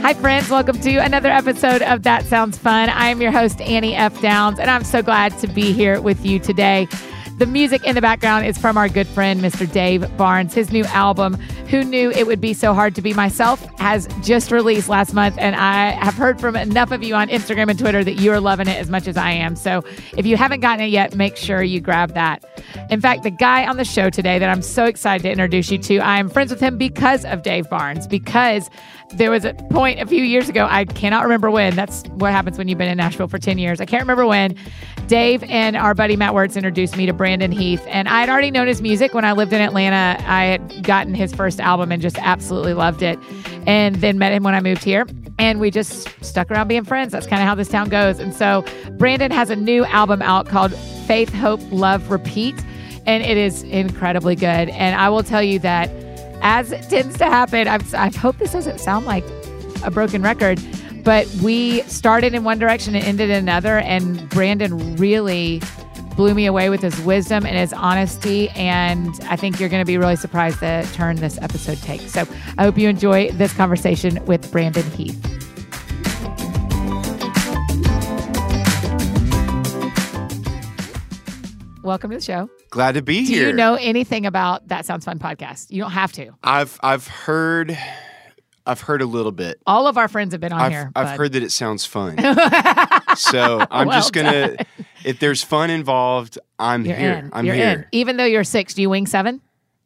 Hi, friends. Welcome to another episode of That Sounds Fun. I am your host, Annie F. Downs, and I'm so glad to be here with you today. The music in the background is from our good friend, Mr. Dave Barnes. His new album, Who Knew It Would Be So Hard to Be Myself, has just released last month. And I have heard from enough of you on Instagram and Twitter that you are loving it as much as I am. So if you haven't gotten it yet, make sure you grab that. In fact, the guy on the show today that I'm so excited to introduce you to, I am friends with him because of Dave Barnes, because there was a point a few years ago, I cannot remember when. That's what happens when you've been in Nashville for 10 years. I can't remember when. Dave and our buddy Matt Wertz introduced me to Brandon Heath, and I had already known his music when I lived in Atlanta. I had gotten his first album and just absolutely loved it, and then met him when I moved here. And we just stuck around being friends. That's kind of how this town goes. And so Brandon has a new album out called Faith, Hope, Love, Repeat, and it is incredibly good. And I will tell you that as it tends to happen. I'm, I hope this doesn't sound like a broken record, but we started in one direction and ended in another. And Brandon really blew me away with his wisdom and his honesty. And I think you're going to be really surprised the turn this episode takes. So I hope you enjoy this conversation with Brandon Heath. Welcome to the show. Glad to be Do here. you know anything about That Sounds Fun podcast? You don't have to. I've I've heard I've heard a little bit. All of our friends have been on I've, here. I've bud. heard that it sounds fun. so I'm Well just gonna if there's fun involved, I'm You're here. in. I'm you're in. here. Even though you're six, do you wing seven?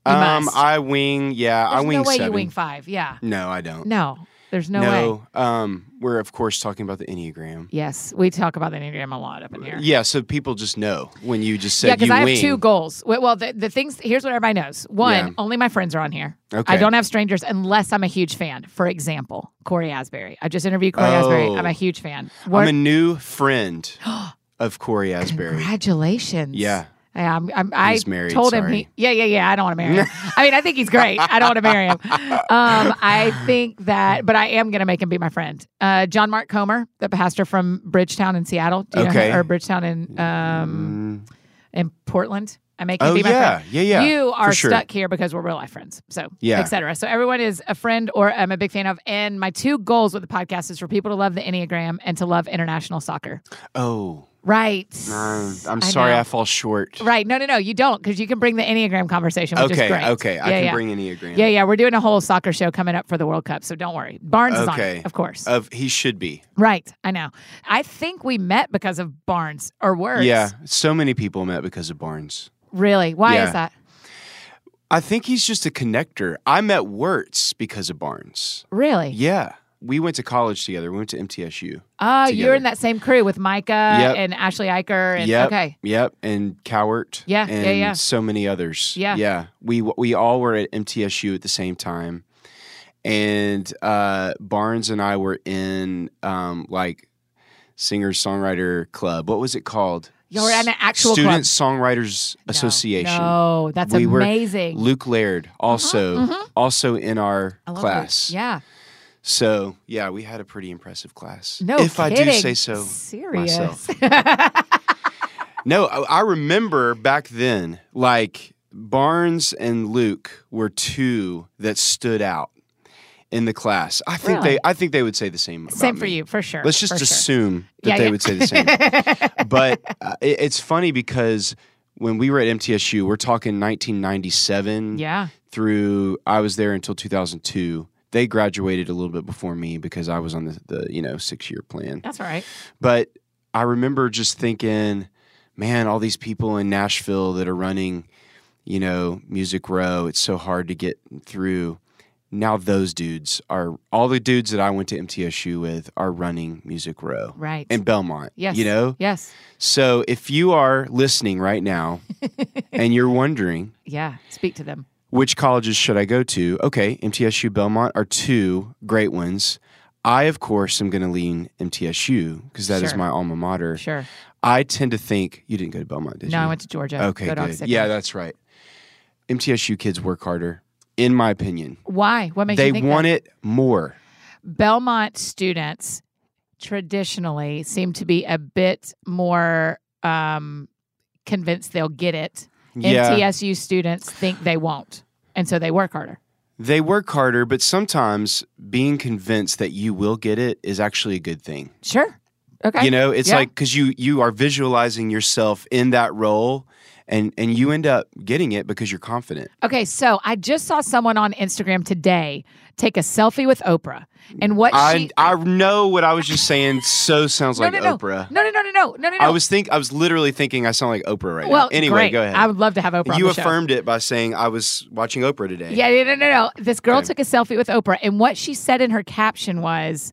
You Um must. I wing yeah, There's I wing no way seven. you wing five. Yeah. No, I don't. No, there's no, way. Um we're of course talking about the Enneagram. Yes, we talk about the Enneagram a lot up in here. Yeah, so people just know when you just Yeah, said because you I wing. have two goals. Well, well, the, the things here's what everybody knows. One, Yeah. only my friends are on here. I Okay. don't have strangers unless I'm a huge fan. For example, Corey Asbury. I just interviewed Corey Asbury. I'm Oh. a huge fan. I'm We're- a new friend of Corey Asbury. Congratulations. Yeah. Yeah, I'm, I'm, I He's married, told him sorry. he. Yeah, yeah, yeah. I don't want to marry him. I mean, I think he's great. I don't want to marry him. Um, I think that, but I am going to make him be my friend. Uh, John Mark Comer, the pastor from Bridgetown in Seattle. Do you know Okay. him? Or Bridgetown in um, Mm. in Portland. I make him Oh be my yeah, friend. yeah, yeah. you for are sure. stuck here because we're real life friends. So, Yeah. et cetera. So, everyone is a friend or I'm a big fan of. And my two goals with the podcast is for people to love the Enneagram and to love international soccer. Oh. Right. Uh, I'm I sorry know. I fall short. Right. No, no, no. You don't because you can bring the Enneagram conversation, which is Okay, great. okay. I yeah, can yeah. bring Enneagram. Yeah, yeah. We're doing a whole soccer show coming up for the World Cup, so don't worry. Barnes is on Okay. Uh, it, of course. Of he should be. right. I know. I think we met because of Barnes or words. Yeah. So many people met because of Barnes. Really? Why Yeah. is that? I think he's just a connector. I met Wirtz because of Barnes. Really? Yeah. We went to college together. We went to MTSU. oh, you're together. in that same crew with Micah Yep. and Ashley Eicher. And, yep. Okay. Yep. And Cowart. Yeah, yeah, And yeah. So many others. Yeah. Yeah. We we all were at MTSU at the same time, and uh, Barnes and I were in um, like singer songwriter club. What was it called? You were at an actual club. Student Songwriters No. Association. No, that's We were- amazing. Luke Laird also mhm. also in our I love class. it. Yeah. So yeah, we had a pretty impressive class. No. if I do kidding. say so Serious. myself. No, I I remember back then, like Barnes and Luke were two that stood out in the class. I think Really? they I think they would say the same. about same for me. you, for sure. Let's just for sure. assume that Yeah, they yeah. would say the same. but uh, it, it's funny because when we were at MTSU, we're talking 1997 yeah. through I was there until 2002. They graduated a little bit before me because I was on the, the you know six year plan. That's all right. But I remember just thinking, man, all these people in Nashville that are running, you know, Music Row, it's so hard to get through. Now those dudes are all the dudes that I went to MTSU with are running Music Row Right. in Belmont. Yes. You know? yes. So if you are listening right now and you're wondering Yeah. Speak to them. which colleges should I go to? Okay, MTSU Belmont are two great ones. I, of course, am going to lean MTSU because that is Sure. my alma mater. Sure. I tend to think you didn't go to Belmont, did no, you? I went to Georgia. Okay, Go Dogs good. Sickle. Yeah, that's right. MTSU kids work harder, in my opinion. Why? What makes they you think want it more. that? Belmont students traditionally seem to be a bit more um, convinced they'll get it Yeah. MTSU students think they won't, and so they work harder. They work harder, but sometimes being convinced that you will get it is actually a good thing. Sure. Okay. You know, it's Yeah. like because you you are visualizing yourself in that role, and and you end up getting it because you're confident. Okay, so I just saw someone on Instagram today take a selfie with Oprah, and what I she I know what I was just saying. So sounds no, like no, no. Oprah. No, no, no, no, no, no, no. I was think I was literally thinking I sound like Oprah right well. now. Anyway, great. go ahead. I would love to have Oprah. on you the show. affirmed it by saying I was watching Oprah today. Yeah, no, no, no, no. This girl Okay. took a selfie with Oprah, and what she said in her caption was,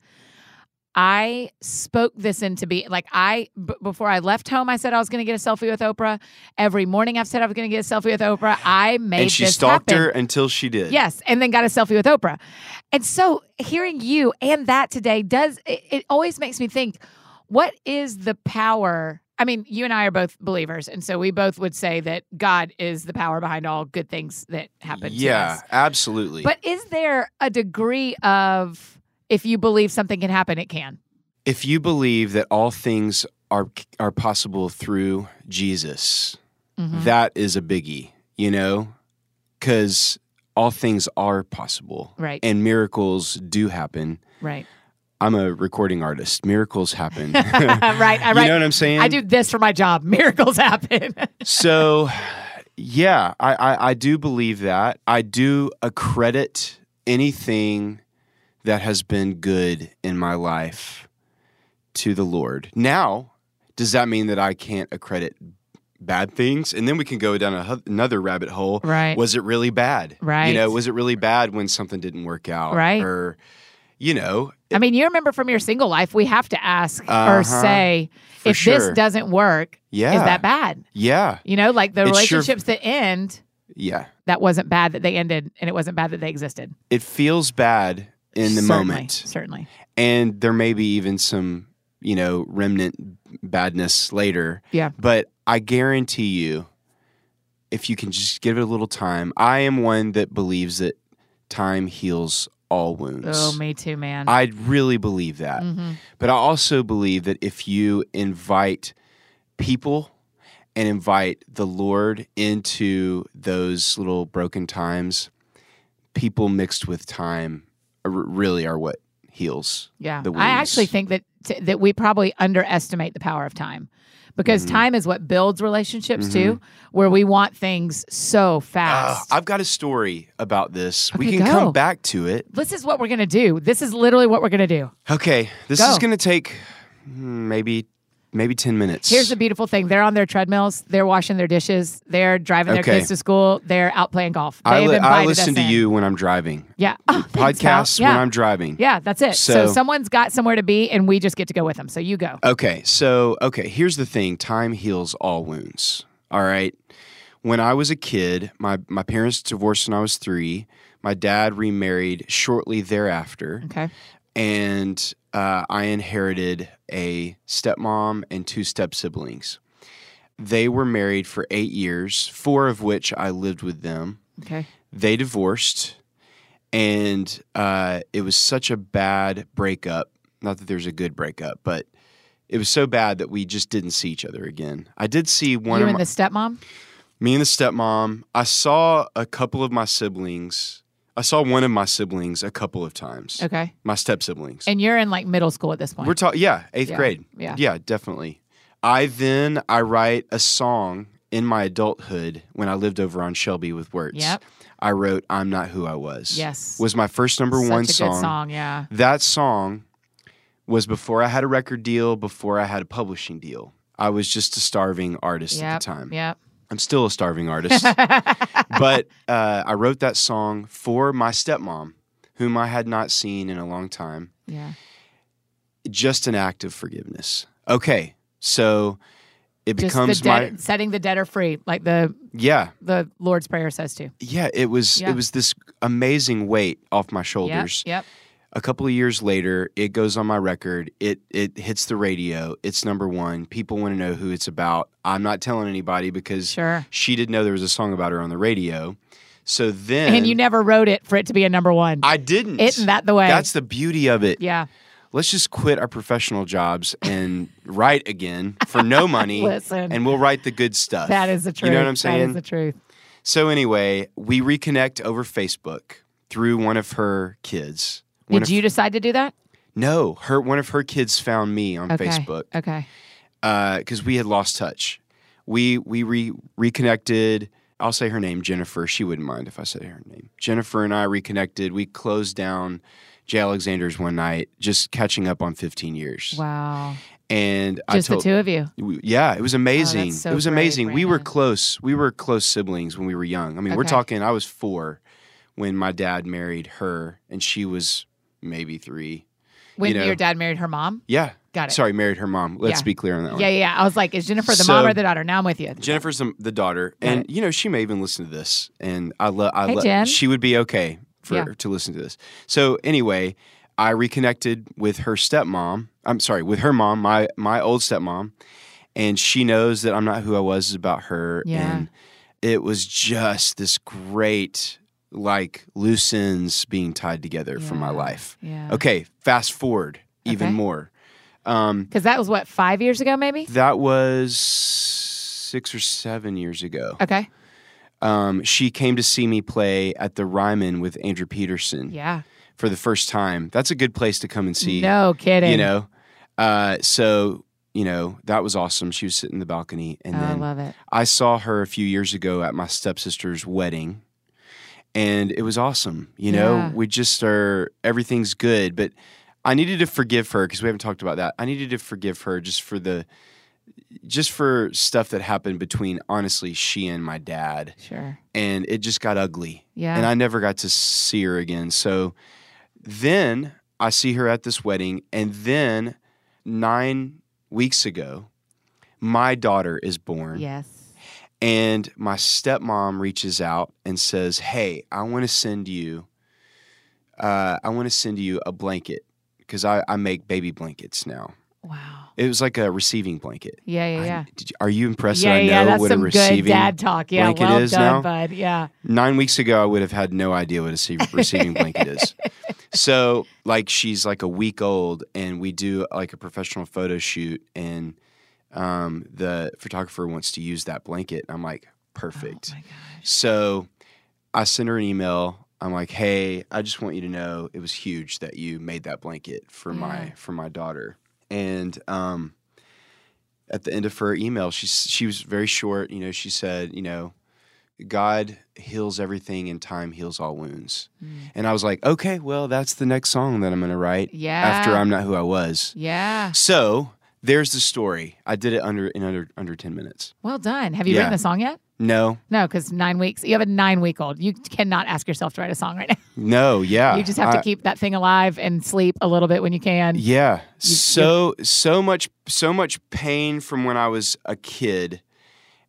"I spoke this into being. Like I, b- before I left home, I said I was going to get a selfie with Oprah. Every morning, I've said I was going to get a selfie with Oprah. I made and she this stalked happen. her until she did. Yes, and then got a selfie with Oprah. And so hearing you and that today does it, it always makes me think what is the power? I mean, you and I are both believers, and so we both would say that God is the power behind all good things that happen to Yeah, us. absolutely. But is there a degree of if you believe something can happen, it can? if you believe that all things are are possible through Jesus, Mhm. that is a biggie, you know? Cuz all things are possible Right, and miracles do happen. right, I'm a recording artist. Miracles happen. right. I You right. know what I'm saying? I do this for my job. Miracles happen. so yeah I, I i do believe that i do accredit anything that has been good in my life to the lord now does that mean that i can't accredit bad things and then we can go down a, hu- another rabbit hole right. was it really bad Right. you know was it really bad when something didn't work out Right. or you know I mean, you remember from your single life, we have to ask or Uh-huh. say for if sure this doesn't work, yeah is that bad? yeah You know, like the It sure- relationships that end, yeah that wasn't bad that they ended, and it wasn't bad that they existed it feels bad in the Certainly, moment Certainly, and there may be even some you know remnant badness later Yeah. but i guarantee you if you can just give it a little time i am one that believes that time heals all wounds oh, me too, man. i really believe that Mhm. but i also believe that if you invite people and invite the lord into those little broken times people mixed with time are, really are what heals Yeah, the I actually wounds. think that t- that we probably underestimate the power of time because Mhm. time is what builds relationships too, Mm-hmm. where we want things so Uh, fast. I've got a story about this. we Okay, can go. come back to it. this is what we're gonna do. This is literally what we're gonna do. Okay, this Go. is going to take mm, maybe maybe 10 minutes. Here's the beautiful thing: they're on their treadmills, they're washing their dishes, they're driving Okay. their kids to school, they're out playing golf. They've I, li- invited I us listen to in. you when I'm driving. Yeah, Oh, thanks, Hal. Podcasts Yeah, when I'm driving. yeah, that's it. So, So- Uh, someone's got somewhere to be, and we just get to go with them. So you go. Okay, so okay, here's the thing. Time heals all wounds. All right. When I was a kid, my my parents divorced when I was 3. My dad remarried shortly thereafter. Okay. and uh, I inherited a stepmom and two step siblings. They were married for eight years, four of which I lived with them. Okay. They divorced, and uh, it was such a bad breakup. Not that there's a good breakup, but it was so bad that we just didn't see each other again. I did see one you of and my, the stepmom. me and the stepmom. I saw a couple of my siblings. I saw one of my siblings a couple of times. Okay. My step siblings. And you're in like middle school at this point. We're talking, yeah, eighth Yeah. grade. yeah. Yeah, definitely. I then I write a song in my adulthood when I lived over on Shelby with Words. Yep. I wrote "I'm Not Who I Was." Yes. was my first number Such one a good song. Yeah. That song was before I had a record deal, before I had a publishing deal. I was just a starving artist Yep. at the time. Yep. I'm still a starving artist, but uh, I wrote that song for my stepmom, whom I had not seen in a long time yeah. just an act of forgiveness. Okay, so it Just the becomes dead, my setting the debtor free, like the yeah the Lord's prayer says to. yeah. It was Yeah. it was this amazing weight off my Yep. shoulders. Yep. A couple of years later, it goes on my record. It it hits the radio. It's number one. People want to know who it's about. I'm not telling anybody because Sure. she didn't know there was a song about her on the radio. So then And, you never wrote it for it to be a number one. I didn't. Isn't that the way? That's the beauty of it. yeah. let's just quit our professional jobs and write again for no money, Listen. and we'll write the good stuff. That is the truth. You know what I'm That saying? is the truth. so anyway, we reconnect over Facebook through one of her kids. One Did of- you decide to do that? No, her one of her kids found me on Okay. Uh, Facebook Okay. because we had lost touch. We we re- reconnected. I'll say her name, Jennifer. She wouldn't mind if I said her name. Jennifer and I reconnected. We closed down Jay Alexander's one night, just catching up on 15 years. Wow. And Just I told, the two of you. we- Yeah, it was amazing. so it was brave, amazing. We were Brandon. close. We were close siblings when we were young. I mean, we're Okay. talking. I was four when my dad married her, and she was maybe three. When know- your dad married her mom? Yeah, Got it. sorry, married her mom. Let's Yeah. be clear on that. one. Yeah, yeah, yeah. I was like, is Jennifer the mom So- or the daughter? Now I'm with you. Jennifer's the, the daughter, Got and you know she may even listen to this. And I love, I Hey, love. Jen. She would be okay for Yeah. to listen to this. So anyway, I reconnected with her stepmom. I'm sorry, with her mom, my my old stepmom, and she knows that I'm not who I was is about her. Yeah. And it was just this great like loose ends being tied together for my Yeah. life. Yeah. Okay, fast forward even Okay. more. Um, Because that was what, five years ago, maybe? that was six or seven years ago Okay. um, she came to see me play at the Ryman with Andrew Peterson Yeah. for the first time. That's a good place to come and see. no kidding. you know, uh, so you know that was awesome. She was sitting in the balcony, and Oh, I then love it. I saw her a few years ago at my stepsister's wedding, and it was awesome. You know, Yeah. we just are everything's good, but I needed to forgive her because we haven't talked about that. I needed to forgive her just for the just for stuff that happened between honestly she and my dad Sure. and it just got ugly. Yeah. And I never got to see her again. So then I see her at this wedding. And then nine weeks ago, my daughter is born. yes. And my stepmom reaches out and says, Hey, I want to send you. Uh, I want to send you a blanket because I, I make baby blankets now. Wow. It was like a receiving blanket. Yeah, yeah, I- yeah. did you, are you impressed yeah, that I know yeah, that's what a some good receiving dad talk. Yeah, blanket well is done, now? bud. Yeah. Oh nine weeks ago, I would have had no idea what a se- receiving blanket is. So, like, she's like a week old, and we do like a professional photo shoot, and um, the photographer wants to use that blanket. I'm like, perfect. Oh my gosh. so, I send her an email. I'm like, hey, I just want you to know it was huge that you made that blanket for my Yeah. for my daughter. And um, at the end of her email, she s- she was very short. You know, she said, you know, God heals everything, and time heals all wounds. Mm. And I was like, okay, well, that's the next song that I'm gonna write Yeah. after I'm not who I was. Yeah. So there's the story. I did it under in under under ten minutes. Well done. Have you Yeah. written a song yet? No, No, because nine weeks. You have a nine week old. You cannot ask yourself to write a song right now. no, yeah. you just have I- to keep that thing alive and sleep a little bit when you can. Yeah. you- so so much so much pain from when I was a kid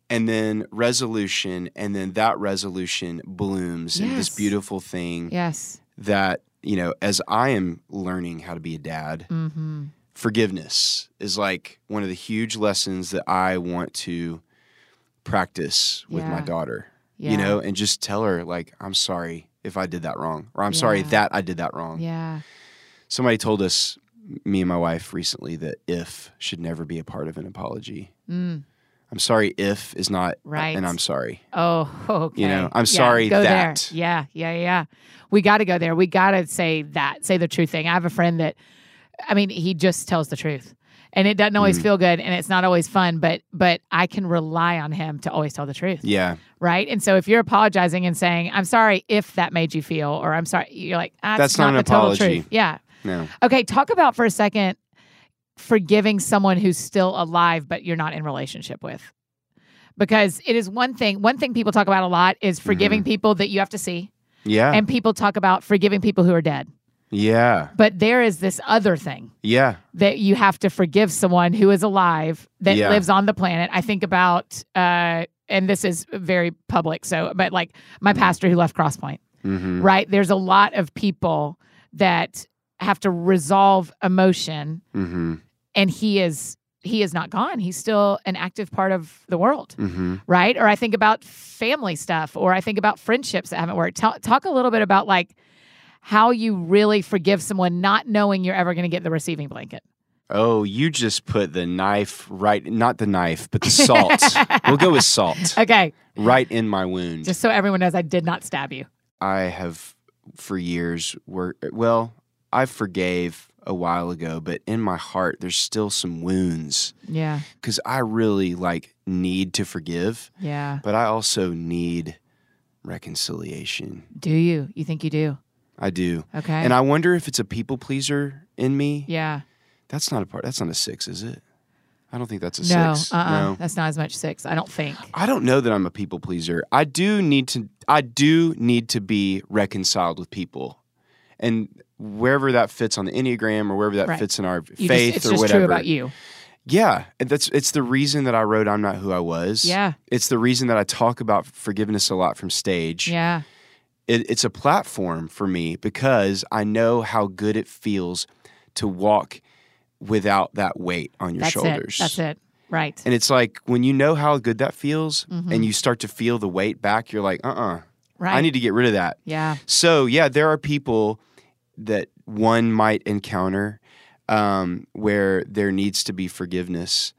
and then resolution and then that resolution blooms into this Yes. beautiful thing Yes. that, you know, as I am learning how to be a dad, Mm-hmm. forgiveness is like one of the huge lessons that I want to practice with my Yeah. daughter. Yeah. You know, and just tell her like I'm sorry if I did that wrong or I'm sorry Yeah. that I did that wrong Yeah. somebody told us me and my wife recently that if should never be a part of an apology Mm. i'm sorry if is not Right. and i'm sorry Oh, okay. You know, I'm Yeah, sorry go that. There. Yeah, yeah, yeah. We got to go there. We got to say that, say the true thing. I have a friend that, I mean, he just tells the truth. And it doesn't always Mm. feel good and it's not always fun, but but I can rely on him to always tell the truth. yeah Right. And so if you're apologizing and saying, I'm sorry if that made you feel or I'm sorry, you're like, ah, That's it's not not, an the total apology. truth. Yeah. no Okay. Talk about for a second forgiving someone who's still alive, but you're not in relationship with. Because it is one thing, one thing people talk about a lot is forgiving people that you have to see. Mm-hmm. yeah And people talk about forgiving people who are dead. yeah But there is this other thing yeah that you have to forgive someone who is alive that Yeah. lives on the planet. I think about, uh, and this is very public, so, but like my pastor who left Crosspoint mm-hmm. right? There's a lot of people that have to resolve emotion Mm-hmm. and he is he is not gone. He's still an active part of the world, Mm-hmm. right? Or I think about family stuff or I think about friendships that haven't worked. Talk, talk a little bit about like how you really forgive someone not knowing you're ever going to get the receiving blanket. Oh, you just put the knife right, not the knife, but the salt. we'll go with salt. Okay. Right in my wound. Just so everyone knows, I did not stab you. I have for years worked, well, I forgave a while ago, but in my heart, there's still some wounds Yeah. because I really like need to forgive, Yeah. but I also need reconciliation. Do you? You think you do? I do. Okay. And I wonder if it's a people pleaser in me. yeah. That's not a part, that's not a six, is it? I don't think that's a No. six. Uh. uh No. That's not as much six. I don't think. I don't know that I'm a people pleaser. I do need to I do need to be reconciled with people. And wherever that fits on the Enneagram or wherever that Right. fits in our You faith just, it's or just whatever. true about you. Yeah. and That's it's the reason that I wrote I'm not who I was. Yeah. It's the reason that I talk about forgiveness a lot from stage. Yeah. It, it's a platform for me because I know how good it feels to walk without that weight on your That's shoulders. it. That's it. Right. Mm-hmm. And it's like when you know how good that feels and you start to feel the weight back, you're like, uh uh right. I need to get rid of that. yeah. So, yeah, there are people that one might encounter um, where there needs to be forgiveness.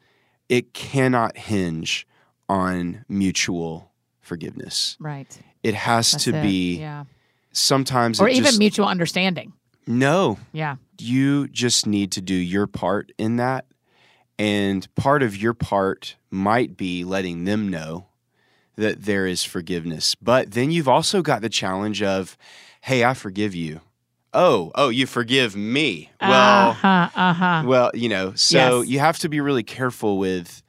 It cannot hinge on mutual forgiveness. Right. It has That's to it. be Yeah. sometimes Or it even just, mutual understanding. no, Yeah. you just need to do your part in that. And part of your part might be letting them know that there is forgiveness. But then you've also got the challenge of, hey, I forgive you. Oh, oh, you forgive me. uh Well, huh. Uh huh. well, you know, so Yes. you have to be really careful with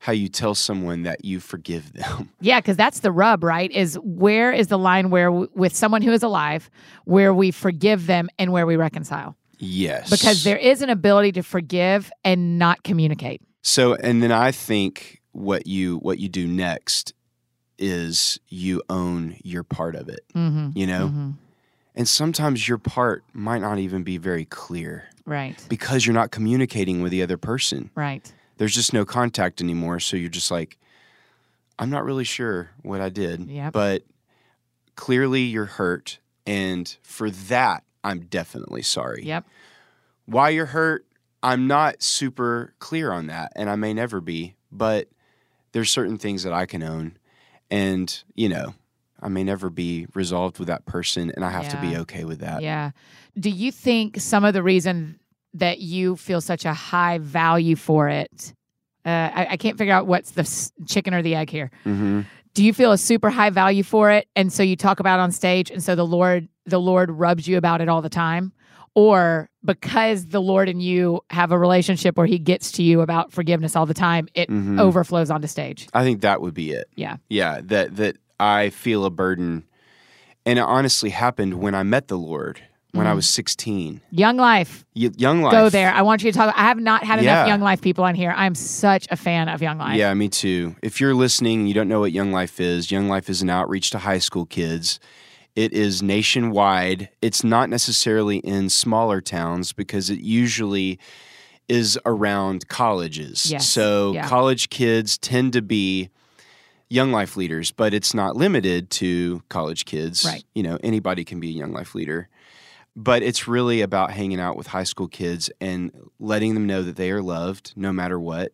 how you tell someone that you forgive them. Yeah, because that's the rub, right? Is where is the line where w- with someone who is alive, where we forgive them and where we reconcile? yes. Because there is an ability to forgive and not communicate. So and then I think what you what you do next is you own your part of it, Mm-hmm. you know? Mhm. And sometimes your part might not even be very clear Right. because you're not communicating with the other person. Right. There's just no contact anymore, so you're just like I'm not really sure what I did, Yep. but clearly you're hurt and for that I'm definitely sorry. Yep. Why you're hurt, I'm not super clear on that and I may never be, but there's certain things that I can own and, you know, I may never be resolved with that person and I have to be Yeah. okay with that. Yeah. Do you think some of the reason that you feel such a high value for it? Uh, I, I can't figure out what's the s- chicken or the egg here. Mm-hmm. Do you feel a super high value for it, and so you talk about it on stage, and so the Lord, the Lord rubs you about it all the time, or because the Lord and you have a relationship where He gets to you about forgiveness all the time, it Mhm. overflows onto stage. I think that would be it. Yeah. Yeah. That that I feel a burden. And it honestly happened when I met the Lord when I Mhm. was 16. Young life, Y- young life. go there. I want you to talk. I have not had enough Yeah. Young Life people on here. I'm such a fan of Young Life. Yeah, me too. If you're listening and you don't know what Young Life is, Young Life is an outreach to high school kids. It is nationwide. It's not necessarily in smaller towns because it usually is around colleges. Yes, So yeah. college kids tend to be young life leaders, but it's not limited to college kids. Right. You know, anybody can be a young life leader. But it's really about hanging out with high school kids and letting them know that they are loved no matter what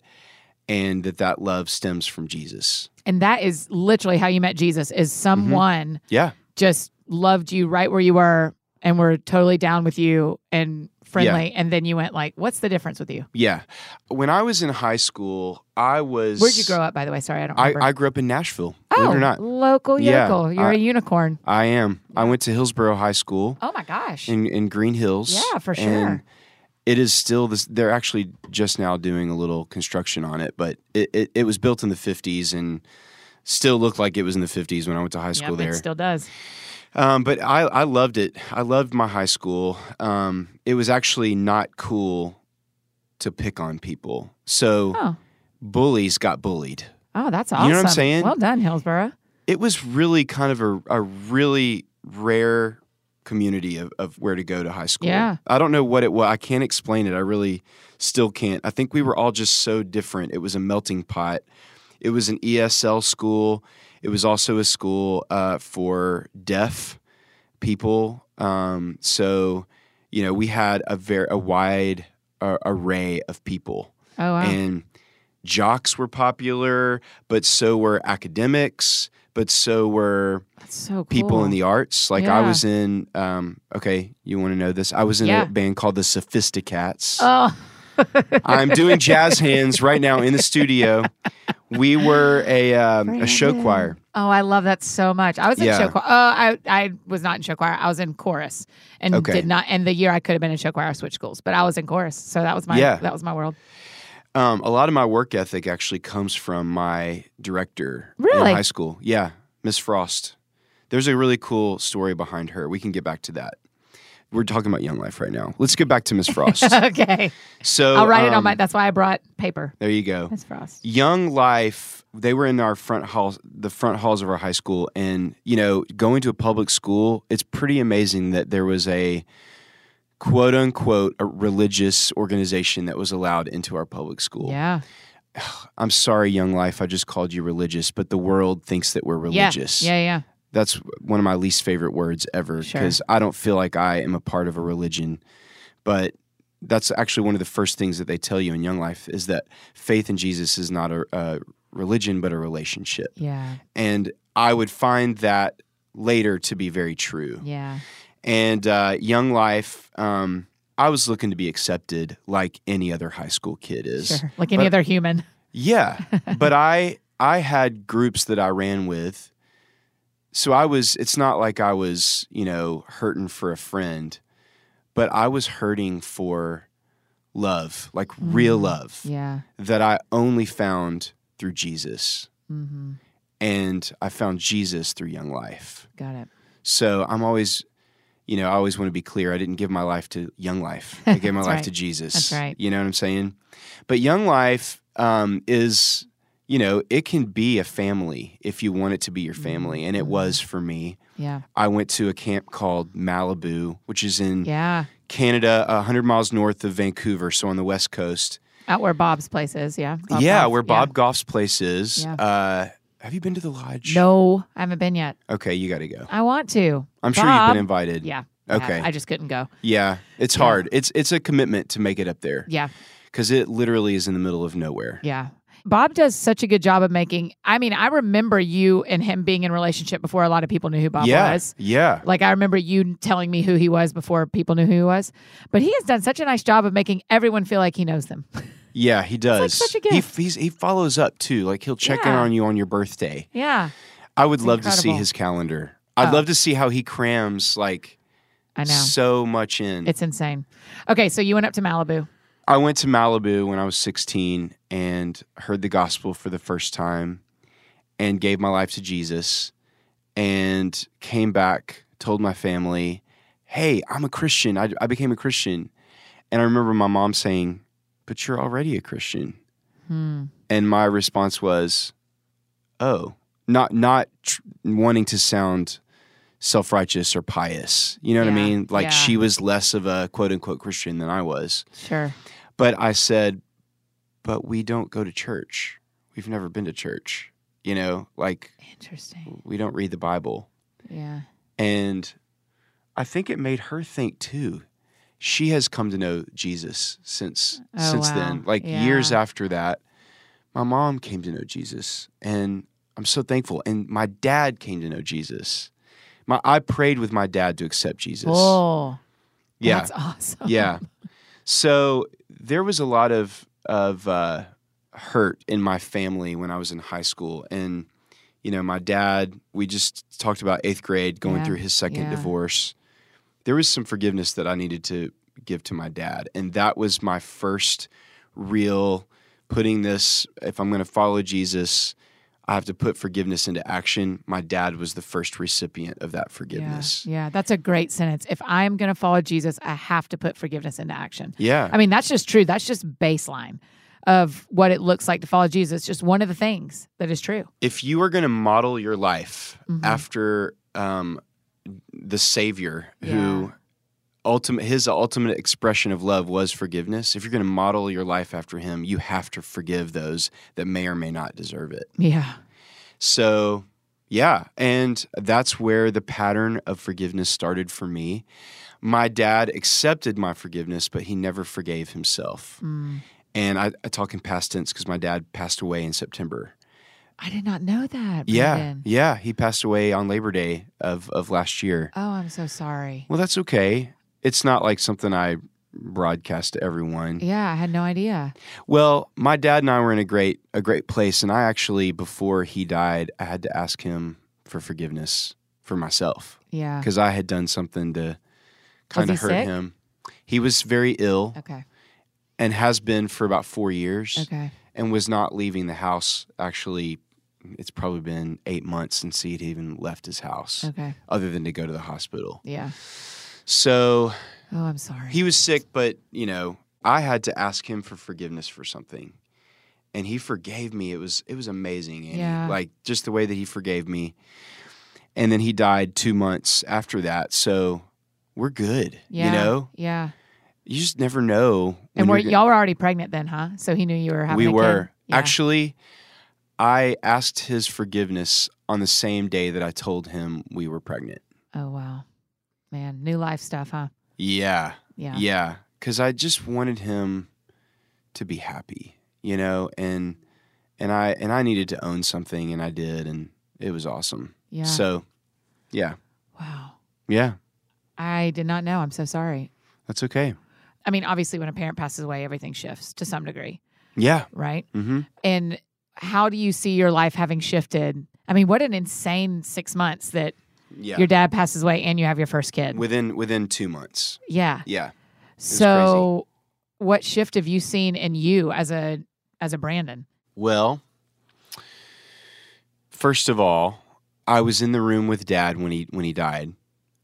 and that that love stems from Jesus. and that is literally how you met Jesus is Mm-hmm. someone Yeah. just loved you right where you were and were totally down with you and friendly and then you went like what's the difference with you Yeah. When I was in high school, I was where'd you grow up by the way sorry i don't I, remember I grew up in Nashville. oh Believe it or not. local Yeah, yokel you're I- a unicorn I am. I went to Hillsborough High School oh my gosh in, in Green Hills. Yeah, for And sure. it is still this they're actually just now doing a little construction on it, but it, it, it was built in the fifties and still looked like it was in the fifties when I went to high yep, school it there. still does Um, but I, I loved it. I loved my high school. Um, it was actually not cool to pick on people. So oh bullies got bullied. oh that's You know awesome what I'm saying? well done hillsborough It was really kind of a, a really rare community of, of where to go to high school. Yeah. I don't know what it was. I can't explain it. I really still can't. I think we were all just so different. It was a melting pot. It was E an ESL school. It was also a school uh, for deaf people. Um, so, you know, we had a very a wide uh, array of people, Oh, wow. and jocks were popular, but so were academics, but so were That's so cool. people in the arts. Like I Yeah. was in, um, okay, you want to know this? I was in Yeah. a band called the Sophisticats. Oh, I'm doing jazz hands right now in the studio. We were a um, a show Brandon. choir. Oh, I love that so much. I was in Yeah. show choir. Oh, I I was not in show choir. I was in chorus and Okay. did not. And the year I could have been in show choir, I switched schools, but I was in chorus, so that was my Yeah. that was my world. Um, a lot of my work ethic actually comes from my director Really? in high school. Yeah, Miss Frost. There's a really cool story behind her. We can get back to that. We're talking about Young Life right now. Let's get back to Miss Frost. okay, so I'll write it on um, my. That's why I brought paper. There you go. That's Frost. Young Life, they were in our front halls, the front halls of our high school. And, you know, going to a public school, it's pretty amazing that there was a quote unquote a religious organization that was allowed into our public school. Yeah. I'm sorry, Young Life, I just called you religious, but the world thinks that we're religious. Yeah. Yeah. That's one of my least favorite words ever Sure. because I don't feel like I am a part of a religion. But that's actually one of the first things that they tell you in Young Life is that faith in Jesus is not a, a religion, but a relationship. Yeah. And I would find that later to be very true. Yeah. Yeah. And uh, Young Life, um, I was looking to be accepted like any other high school kid is. Sure. Like any but- other human. Yeah, but I I had groups that I ran with, so I was. It's not like I was you know hurting for a friend, but I was hurting for love, like real Mhm. love Yeah. that I only found through Jesus, Mm-hmm. and I found Jesus through Young Life. Got it. So I'm always, you know, I always want to be clear. I didn't give my life to Young Life. I gave my That's life right. to Jesus. That's right. You know what I'm saying? But Young Life um, is, you know, it can be a family if you want it to be your family, and it Mhm. was for me. Yeah. I went to a camp called Malibu, which is in Yeah. Canada, 100 miles north of Vancouver, so on the west coast. Out where Bob's place is. Yeah. Bob yeah, Goff, where yeah. Bob Goff's place is. Yeah. Uh, have you been to the lodge? No, I haven't been yet. Okay, you got to go. I want to. I'm sure you've Bob. been invited. Yeah. Okay. I, I just couldn't go. Yeah, it's Yeah. hard. It's it's a commitment to make it up there Yeah. because it literally is in the middle of nowhere. Yeah. Bob does such a good job of making. I mean, I remember you and him being in a relationship before a lot of people knew who Bob yeah, was. yeah, Like I remember you telling me who he was before people knew who he was. But he has done such a nice job of making everyone feel like he knows them. yeah. He does. such a He gift. he's, he follows up too. Like he'll check in Yeah. on you on your birthday. yeah. I would love to see incredible. his calendar. I'd Oh. love to see how he crams like I know. so much in. It's insane. Okay, so you went up to Malibu. I went to Malibu when I was 16 and heard the gospel for the first time and gave my life to Jesus and came back, told my family, Hey, I'm a Christian. I, I became a Christian. And I remember my mom saying, But you're already a Christian. Hmm. And my response was, Oh, not, not tr- wanting to sound self righteous or pious. You know what I Yeah, mean? Like yeah. she was less of a quote unquote Christian than I was. Sure. But I said, but we don't go to church. We've never been to church. You know, like Interesting. we don't read the Bible. Yeah. And I think it made her think too. She has come to know Jesus since Oh, since wow. then. Like years Yeah. after that, my mom came to know Jesus and I'm so thankful. And my dad came to know Jesus. My I prayed with my dad to accept Jesus. Oh. yeah. That's awesome. yeah. So there was a lot of of uh, hurt in my family when I was in high school, and you know, my dad. We just talked about eighth grade going Yeah, through his second yeah. divorce. There was some forgiveness that I needed to give to my dad, and that was my first real putting this. If I'm going to follow Jesus. I have to put forgiveness into action. My dad was the first recipient of that forgiveness. Yeah. yeah. That's a great sentence. If I'm going to follow Jesus, I have to put forgiveness into action. Yeah. I mean, that's just true. That's just baseline of what it looks like to follow Jesus. Just one of the things that is true. if you are going to model your life Mhm. after um, the Savior, Yeah. who ultimate his ultimate expression of love was forgiveness, if you're going to model your life after him, you have to forgive those that may or may not deserve it. Yeah. So Yeah. And that's where the pattern of forgiveness started for me. My dad accepted my forgiveness, but he never forgave himself. Mm. And I, I talk in past tense because my dad passed away in September. I did not know that. Yeah. Brendan. Yeah. He passed away on Labor Day of, of last year. Oh, I'm so sorry. Well, that's okay. It's not like something I broadcast to everyone. Yeah, I had no idea. Well, my dad and I were in a great a great place, and I actually before he died, I had to ask him for forgiveness for myself Yeah. because I had done something to kind he of hurt sick? him. He was very ill Okay. and has been for about four years, Okay. and was not leaving the house. Actually, it's probably been eight months since he'd even left his house, Okay. other than to go to the hospital. Yeah. So Oh, I'm sorry. he was sick, but you know, I had to ask him for forgiveness for something, and he forgave me. It was it was amazing, Annie. Yeah. Like just the way that he forgave me, and then he died two months after that. So we're good. yeah. You know, Yeah. you just never know. when And were you're gonna- y'all were already pregnant then, huh? So he knew you were having. we a kid? were Yeah. actually. I asked his forgiveness on the same day that I told him we were pregnant. Oh wow, man, new life stuff, huh? Yeah. Yeah. Yeah, because I just wanted him to be happy, you know, and and I and I needed to own something, and I did, and it was awesome. Yeah. So, yeah, wow. yeah, I did not know. I'm so sorry. that's okay. I mean, obviously, when a parent passes away, everything shifts to some degree, Yeah, right? mm-hmm. And how do you see your life having shifted? I mean, what an insane six months that yeah. your dad passes away and you have your first kid. within within two months. yeah. Yeah, So, what shift have you seen in you as a as a Brandon? Well, first of all, I was in the room with Dad when he when he died,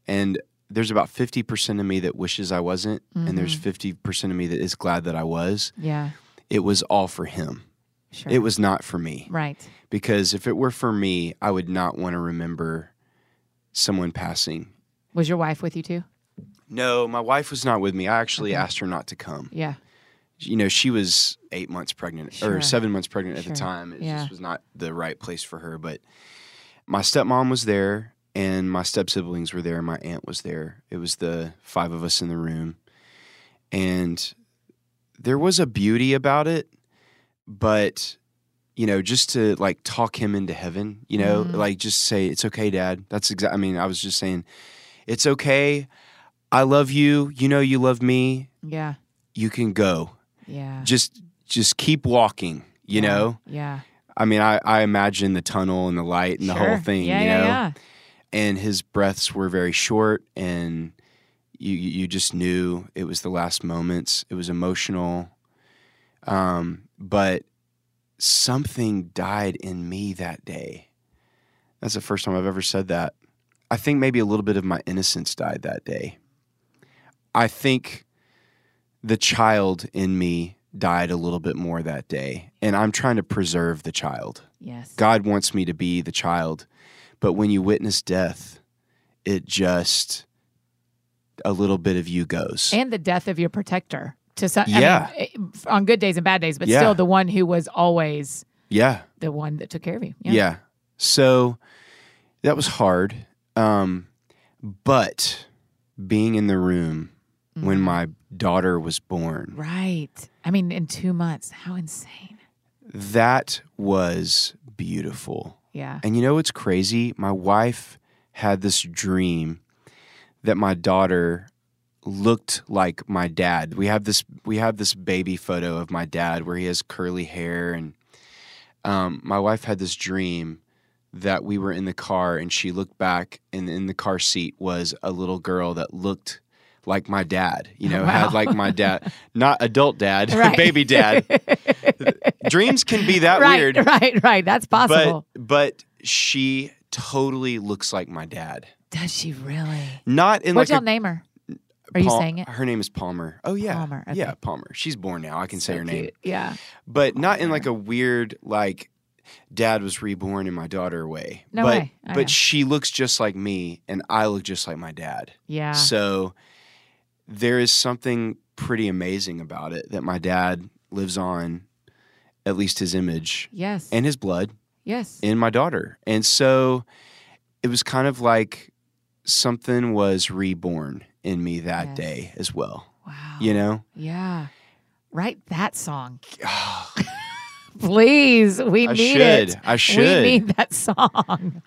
and there's about fifty percent of me that wishes I wasn't, and Mm-hmm. there's fifty percent of me that is glad that I was. Yeah. It was all for him. Sure. It was not for me right. because if it were for me, I would not want to remember someone passing. Was your wife with you too? No, my wife was not with me. I actually asked her not to come. Yeah. You know, she was eight months pregnant Sure. or seven months pregnant at the Sure. time. It Yeah. just was not the right place for her. But my stepmom was there and my step siblings were there and my aunt was there. It was the five of us in the room. And there was a beauty about it, but you know, just to like talk him into heaven, you know, Mhm. like just say, It's okay, Dad. That's exact I mean, I was just saying, It's okay. I love you. You know you love me. Yeah. You can go. Yeah. Just just keep walking, you Yeah. know? Yeah. I mean, I, I imagine the tunnel and the light and the Sure. whole thing, Yeah, you yeah, know? yeah. And his breaths were very short and you you you just knew it was the last moments. It was emotional. Um, but something died in me that day. That's the first time I've ever said that. I think maybe a little bit of my innocence died that day. I think the child in me died a little bit more that day. And I'm trying to preserve the child. Yes. God wants me to be the child. But when you witness death, it just a little bit of you goes. and the death of your protector to some, Yeah. I mean, eh, on good days and bad days, but Yeah. still the one who was always yeah. the one that took care of you. Yeah. So that was hard. Um, but being in the room when my daughter was born, Mm-hmm. Right. I mean, in two months, how insane. that was beautiful. Yeah. And you know what's crazy? My wife had this dream that my daughter looked like my dad. We have this we have this baby photo of my dad where he has curly hair and um, my wife had this dream that we were in the car and she looked back and in the car seat was a little girl that looked like my dad, you know, Wow. had like my dad, not adult dad, Right. baby dad. Dreams can be that right, weird right, right. That's possible. but but she totally looks like my dad. Does she really? Not in What's like y'all a name her? Are you Pal- saying it? Her name is Palmer. Oh yeah, Palmer, okay. Yeah, Palmer. She's born now. I can say So her name, cute. Yeah. but not in like a weird like dad was reborn in my daughter way. No but, way. I But know. she looks just like me, and I look just like my dad. Yeah. So there is something pretty amazing about it that my dad lives on, at least his image yes. and his blood. Yes. in my daughter. And so it was kind of like something was reborn in me that Yes. Oh day as well. wow. You know? Yeah. Write that song. Please. We I need should. it. I We should. need that song.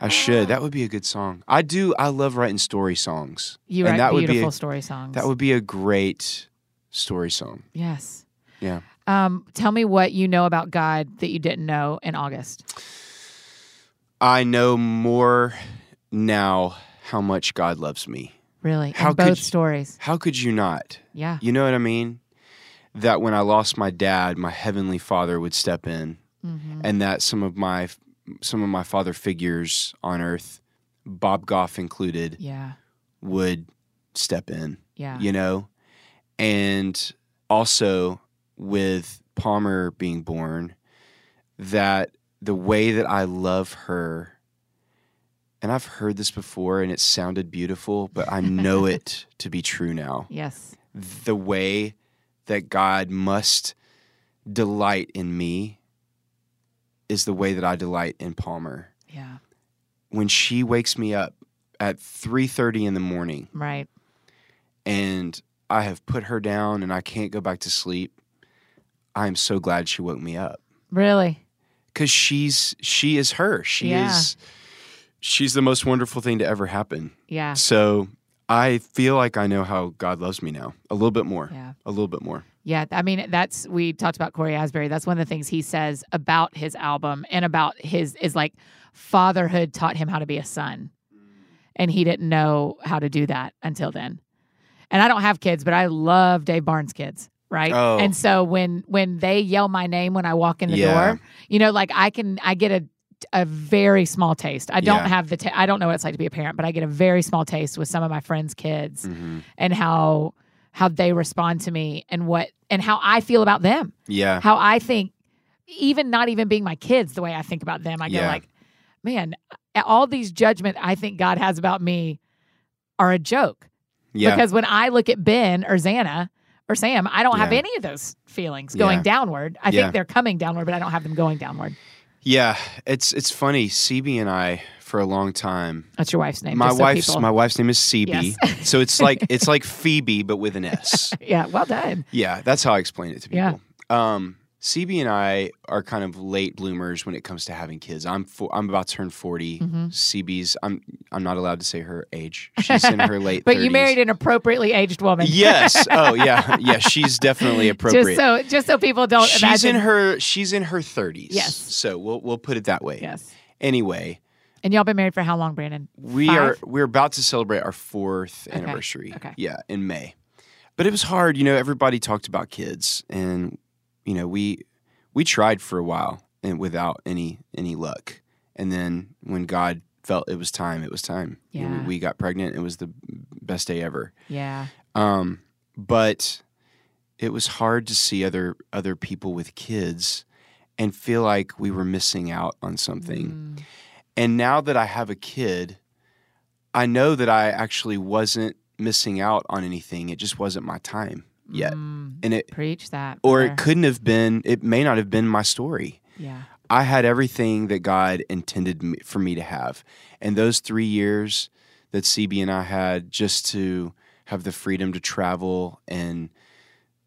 I should. That would be a good song. I do I love writing story songs. You And write that would be beautiful a- story songs. That would be a great story song. Yes. Yeah. Um, tell me what you know about God that you didn't know in August. I know more now how much God loves me. Really. How in could both you- stories. How could you not? Yeah. You know what I mean? That when I lost my dad, my heavenly father would step in hmm and that some of my some of my father figures on earth, Bob Goff included, Yeah. would step in, Yeah. you know? And also with Palmer being born, that the way that I love her and I've heard this before and it sounded beautiful, but I know it to be true now. Yes. The way that God must delight in me is the way that I delight in Palmer. Yeah. When she wakes me up at 3:30 in the morning Right. and I have put her down and I can't go back to sleep, I am so glad she woke me up Really. because she's she is her. She Yeah. is she's the most wonderful thing to ever happen. Yeah. So I feel like I know how God loves me now a little bit more, Yeah. a little bit more. Yeah, I mean that's we talked about Corey Asbury. That's one of the things he says about his album and about his is like fatherhood taught him how to be a son. And he didn't know how to do that until then. And I don't have kids, but I love Dave Barnes kids, right? Oh. And so when when they yell my name when I walk in the Yeah. door, you know, like I can I get a a very small taste. I don't Yeah. have the ta- I don't know what it's like to be a parent, but I get a very small taste with some of my friends' kids Mhm. and how how they respond to me and what and how I feel about them. Yeah, How I think even not even being my kids the way I think about them. I go Yeah. like, man, all these judgment I think God has about me are a joke. yeah, Because when I look at Ben or Xana or Sam, I don't have Yeah. any of those feelings going Yeah. downward. I Yeah. think they're coming downward, but I don't have them going downward. yeah. It's it's funny. CB and I for a long time. That's your wife's name. my just so wife's people- my wife's name is CB, so it's like it's like Phoebe but with an S. Yeah, well done. Yeah, that's how I explain it to Yeah. people. Um, CB and I are kind of late bloomers when it comes to having kids. I'm for, I'm about to turn 40 Mhm. CB's I'm I'm not allowed to say her age. She's in her late. But you 30s. married an appropriately aged woman. Yes. Oh yeah. Yeah. She's definitely Just appropriate. so just so people don't she's imagine in her she's in her thirties. Yes. So we'll we'll put it that way. Yes. Anyway, And y'all been married for how long, Brandon? we Five? are we're about to celebrate our fourth Okay. anniversary. Okay. Yeah, in May. But it was hard, you know, everybody talked about kids and you know, we we tried for a while and without any any luck. And then when God felt it was time, it was time. You know, we- Yeah. we got pregnant. It was the best day ever. Yeah. Um, but it was hard to see other other people with kids and feel like we were missing out on something. Mm. And now that I have a kid, I know that I actually wasn't missing out on anything. It just wasn't my time yet. Mm. And it Preach that. or brother. it couldn't have been it may not have been my story. Yeah. I had everything that God intended me, for me to have. And those three years that CB and I had just to have the freedom to travel and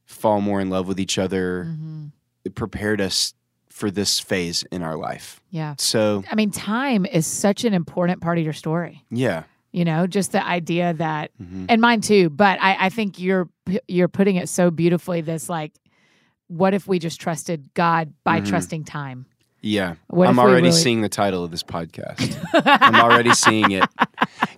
fall more in love with each other, hmm it prepared us for this phase in our life. Yeah. So, I mean, time is such an important part of your story. yeah. You know, just the idea that, hmm and mine too. But I, I think you're p- you're putting it so beautifully. This like, what if we just trusted God by Mhm. trusting time? Yeah. What I'm if we already really- seeing the title of this podcast. I'm already seeing it.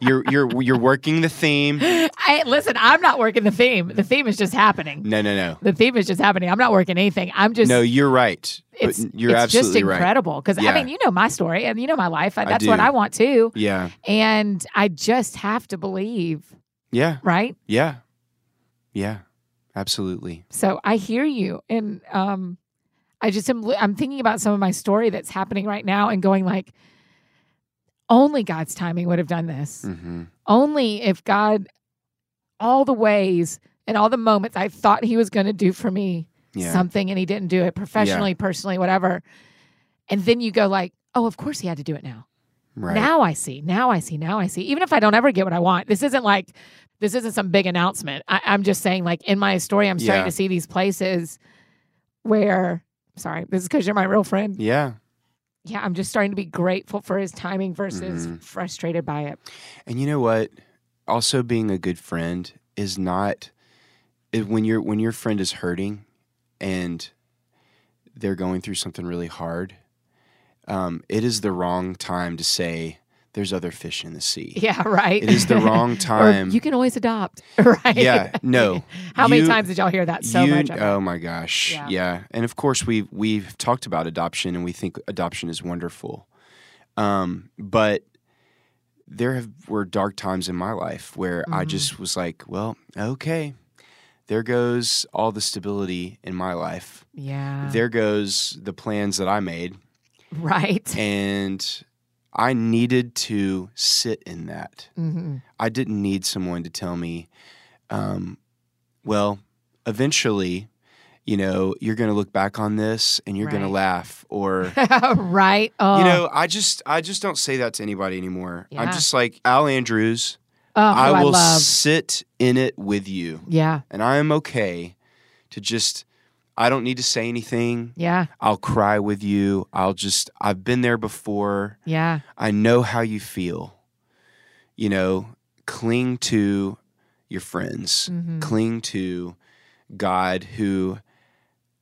You're you're you're working the theme. I, listen, I'm not working the theme. The theme is just happening. No, no, no. The theme is just happening. I'm not working anything. I'm just Mm. no, you're right. But it's you're it's just absolutely right. incredible because Yeah. I mean you know my story and you know my life I- that's what do. I want too Yeah. and I just have to believe Yeah. right Yeah. Yeah. Absolutely. so I hear you and um I just am I'm thinking about some of my story that's happening right now and going like only God's timing would have done this hmm only if God all the ways and all the moments I thought he was going to do for me Yeah. something and he didn't do it professionally, personally, whatever. And then you go like, oh, of course he had to do it now. Right. Now I see. Now I see. Now I see. Even if I don't ever get what I want, this isn't like this isn't some big announcement. I, I'm just saying, like in my story, I'm starting to Yeah. see these places where. Sorry, this is because you're my real friend. Yeah. Yeah, I'm just starting to be grateful for his timing versus Mhm. frustrated by it. And you know what? Also being a good friend is not it- when your when your friend is hurting and they're going through something really hard. Um, it is the wrong time to say there's other fish in the sea. Yeah, right. It is the wrong Or time. you can always adopt, right? yeah, no. How many You- times did y'all hear that? So you, much. of it. Oh my gosh. Yeah. Yeah. And of course we we've talked about adoption and we think adoption is wonderful. Um, but there have were dark times in my life where I Mhm. just was like, well, okay. There goes all the stability in my life. yeah. There goes the plans that I made right. and I needed to sit in that. hmm I didn't need someone to tell me, um, well, eventually, you know, you're going to look back on this and you're going Right. to laugh or. right. Oh, You know, I just I just don't say that to anybody anymore. Yeah. I'm just like Al Andrews. oh, who I will love. sit in it with you, yeah. and I am okay to just. I don't need to say anything. Yeah. I'll cry with you. I'll just. I've been there before. Yeah. I know how you feel. You know, cling to your friends. Mhm. Cling to God who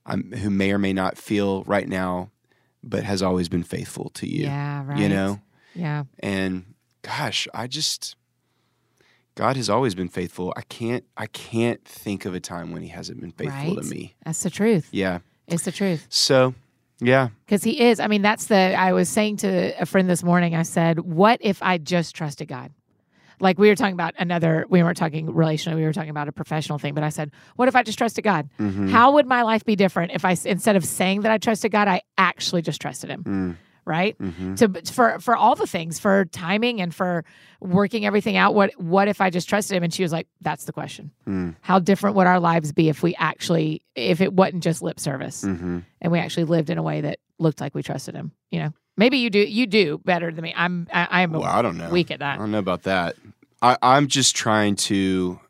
I'm, who may or may not feel right now but has always been faithful to you. Yeah. Right. You know? Yeah. And gosh, I just God has always been faithful. I can't I can't think of a time when he hasn't been faithful Right. to me. That's the truth. Yeah. It's the truth. So, yeah. Because he is. I mean, that's the. I was saying to a friend this morning, I said, What if I just trusted God? Like we were talking about another, we weren't talking relational, we were talking about a professional thing, but I said, What if I just trusted God? Mhm. How would my life be different if I, s- instead of saying that I trusted God, I actually just trusted Him, Mm, right? mhm. to for for all the things for timing and for working everything out what what if i just trusted him and she was like that's the question Mm. how different would our lives be if we actually if it wasn't just lip service Mhm. and we actually lived in a way that looked like we trusted him you know maybe you do you do better than me i'm i, I am Well, Oh, I don't know. weak at that I don't know about that. I, I'm just trying to.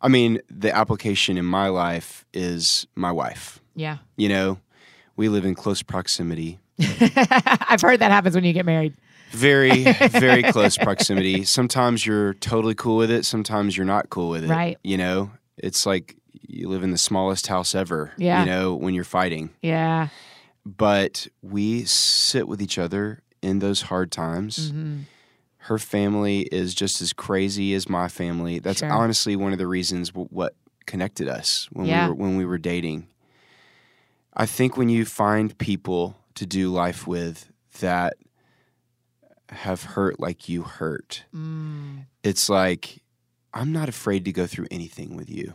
I mean, the application in my life is my wife. yeah You know, we live in close proximity, i've heard that happens when you get married very, very close proximity. Sometimes you're totally cool with it, sometimes you're not cool with it. Right. You know, it's like you live in the smallest house ever, Yeah. you know, when you're fighting. yeah But we sit with each other in those hard times. Mhm. her family is just as crazy as my family. That's Sure. honestly one of the reasons w- what connected us when Yeah. we were when we were dating. I think when you find people to do life with that have hurt like you hurt, Mm. it's like I'm not afraid to go through anything with you.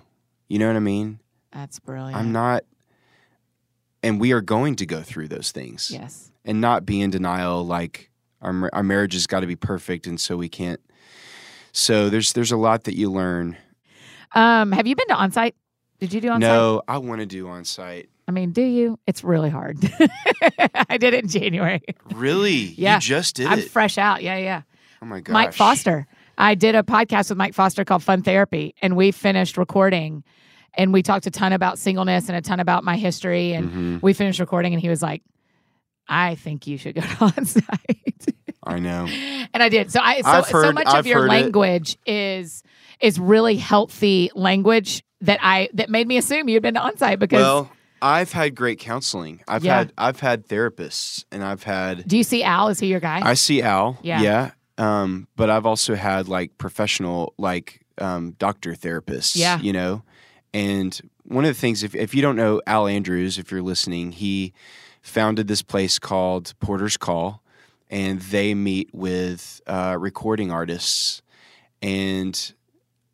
You know what I mean? that's brilliant I'm not and we are going to go through those things yes and not be in denial like our, mar- our marriage has got to be perfect and so we can't so there's there's a lot that you learn um have you been to onsite did you do onsite no i want to do on site I mean, do you? It's really hard. I did it in January. really Yeah. you just did I'm it fresh out. Yeah, yeah. oh my gosh Mike Foster. I did a podcast with Mike Foster called Fun Therapy, and we finished recording and we talked a ton about singleness and a ton about my history. And Mhm. we finished recording, and he was like, I think you should go to on site. i know and I did. So I so, I've so heard- much of I've your heard it. language is is really healthy language that I that made me assume you'd been to on site because well i've had great counseling i've Yeah. had i've had therapists and i've had do you see Al? Is he your guy? i see al Yeah. yeah um but i've also had like professional like um doctor therapists Yeah. you know and one of the things if, if you don't know al andrews if you're listening he founded this place called porter's call and they meet with uh, recording artists and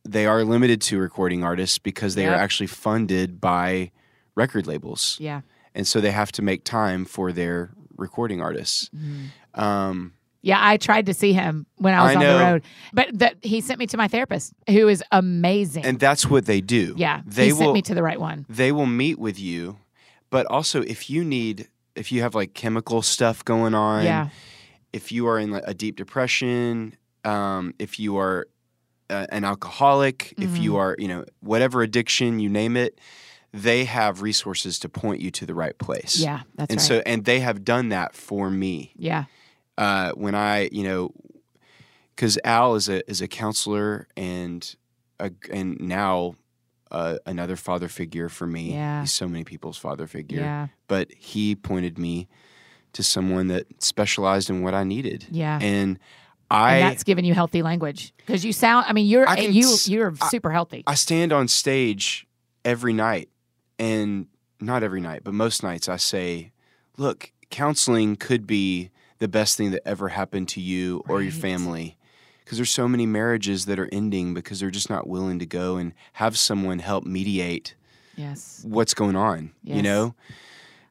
they are limited to recording artists because they are Yep. actually funded by record labels yeah. and so they have to make time for their recording artists Mhm. um, Yeah, I tried to see him when I was I on the know. road, but that he sent me to my therapist, who is amazing. and that's what they do yeah, they he will sent me to the right one. they will meet with you but also if you need if you have like chemical stuff going on, Yeah. if you are in like, a deep depression, um, if you are uh, an alcoholic, if you Mm-hmm. are, you know, whatever addiction, you name it, they have resources to point you to the right place. Yeah. That's and right. so, and they have done that for me yeah. uh, when I, you know, because Al is a is a counselor and a, and now uh, another father figure for me. Yeah. He's so many people's father figure, Yeah. but he pointed me to someone that specialized in what I needed. Yeah. and I and that's giving you healthy language because you sound. I mean, you're eh, I can you s- you're super healthy. I stand on stage every night and not every night, but most nights I say, look, counseling could be the best thing that ever happened to you or your Right. family. Because there's so many marriages that are ending because they're just not willing to go and have someone help mediate yes. what's going on, you Yes. know?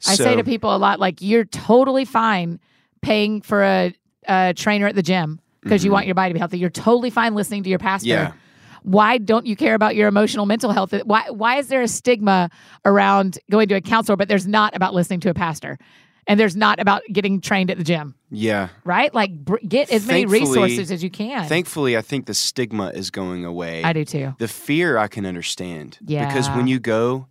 I So- say to people a lot, like you're totally fine paying for a, a trainer at the gym because you want your body to be healthy. You're totally fine listening to your pastor. mm-hmm. Yeah. Why don't you care about your emotional mental health? Why why is there a stigma around going to a counselor, but there's not about listening to a pastor, and there's not about getting trained at the gym, yeah. right? Like br- get as many Thankfully- resources as you can. Thankfully, I think the stigma is going away. I do too. the fear I can understand. Because when Yeah. you go,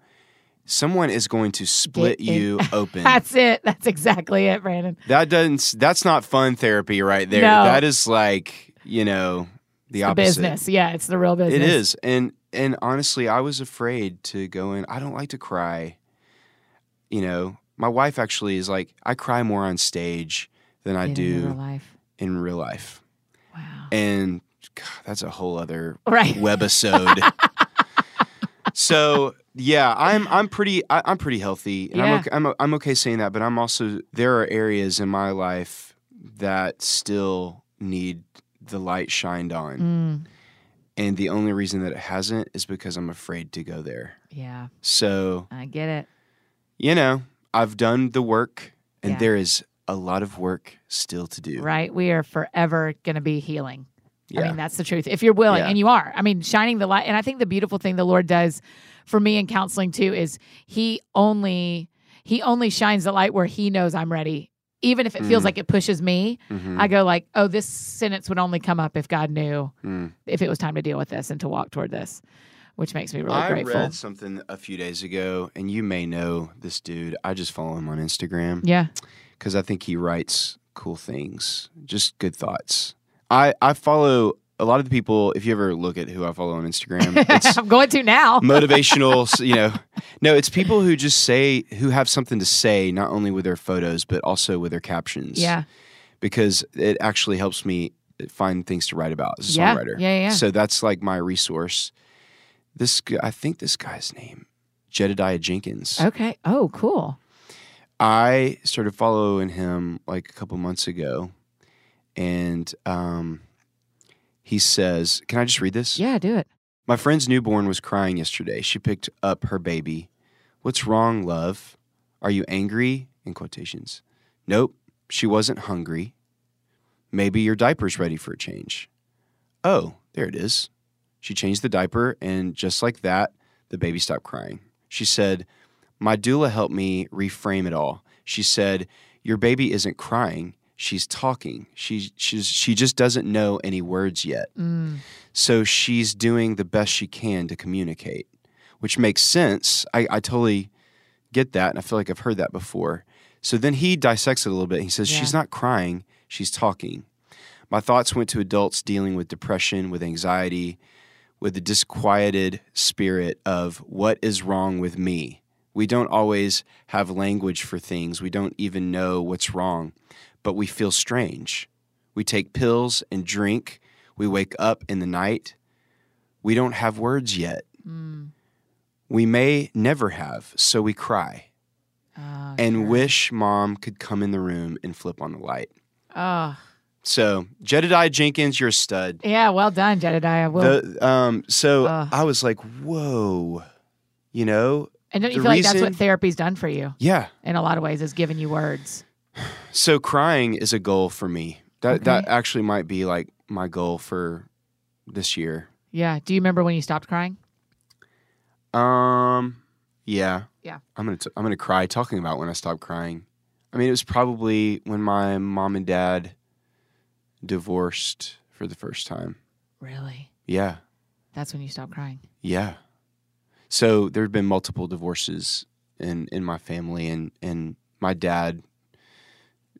someone is going to split in- you open. That's it. That's exactly it, Brandon. That doesn't. That's not fun therapy, right there. No. That is like you know the The opposite. business. Yeah, it's the real business. It is, and and honestly, I was afraid to go in. I don't like to cry. You know, my wife actually is like, I cry more on stage than I In do real life. in real life, Wow. and God, that's a whole other Right. webisode. so yeah, I'm I'm pretty I, I'm pretty healthy, and Yeah. I'm okay, I'm I'm okay saying that. But I'm also there are areas in my life that still need the light shined on, Mm, and the only reason that it hasn't is because I'm afraid to go there. yeah, So I get it. you know, I've done the work, and Yeah. there is a lot of work still to do. Right? We are forever going to be healing. Yeah. I mean, that's the truth. If you're willing, Yeah. and you are. I mean, shining the light. And I think the beautiful thing the Lord does for me in counseling too is He only He only shines the light where He knows I'm ready. Even if it feels Mm. like it pushes me, Mhm. I go like, "Oh, this sentence would only come up if God knew Mm. if it was time to deal with this and to walk toward this," which makes me really I grateful. read something a few days ago, and you may know this dude. I just follow him on Instagram. Yeah, because I think he writes cool things, just good thoughts. I, I follow a lot of the people. If you ever look at who I follow on Instagram, it's I'm going to now. motivational. s- You know, no, it's people who just say who have something to say, not only with their photos but also with their captions. Yeah, because it actually helps me find things to write about as a Yeah, songwriter. yeah, yeah. So that's like my resource. This gu- I think this guy's name Jedediah Jenkins. Okay. Oh, cool. I started following him like a couple months ago, and um, he says, "Can I just read this?" Yeah, do it. My friend's newborn was crying yesterday. She picked up her baby. What's wrong, love? Are you angry? In quotations. Nope, she wasn't hungry. Maybe your diaper's ready for a change. Oh, there it is. She changed the diaper, and just like that, the baby stopped crying. She said, My doula helped me reframe it all. She said, Your baby isn't crying. She's talking. She, she's, she just doesn't know any words yet. Mm, So she's doing the best she can to communicate, which makes sense. I, I totally get that. And I feel like I've heard that before. So then he dissects it a little bit. He says, Yeah. She's not crying, she's talking. My thoughts went to adults dealing with depression, with anxiety, with the disquieted spirit of what is wrong with me. We don't always have language for things. We don't even know what's wrong, but we feel strange. We take pills and drink. We wake up in the night. We don't have words yet. mm, We may never have, so we cry oh, sure. and wish mom could come in the room and flip on the light. Oh, So, Jedediah Jenkins, you're a stud. yeah. Well done, Jedediah. Well, The- um, so Ugh. I was like, whoa, you know? and don't you the feel like that's what reason- therapy's done for you Yeah. in a lot of ways? Is giving you words. So crying is a goal for me. That that Okay. actually might be like my goal for this year. Yeah. Do you remember when you stopped crying? Um, yeah, Yeah. Um, I'm gonna t- I'm gonna cry talking about when I stop crying. I mean, it was probably when my mom and dad divorced for the first time. Really? Yeah. That's when you stopped crying. Yeah. So there had been multiple divorces in in my family, and and my dad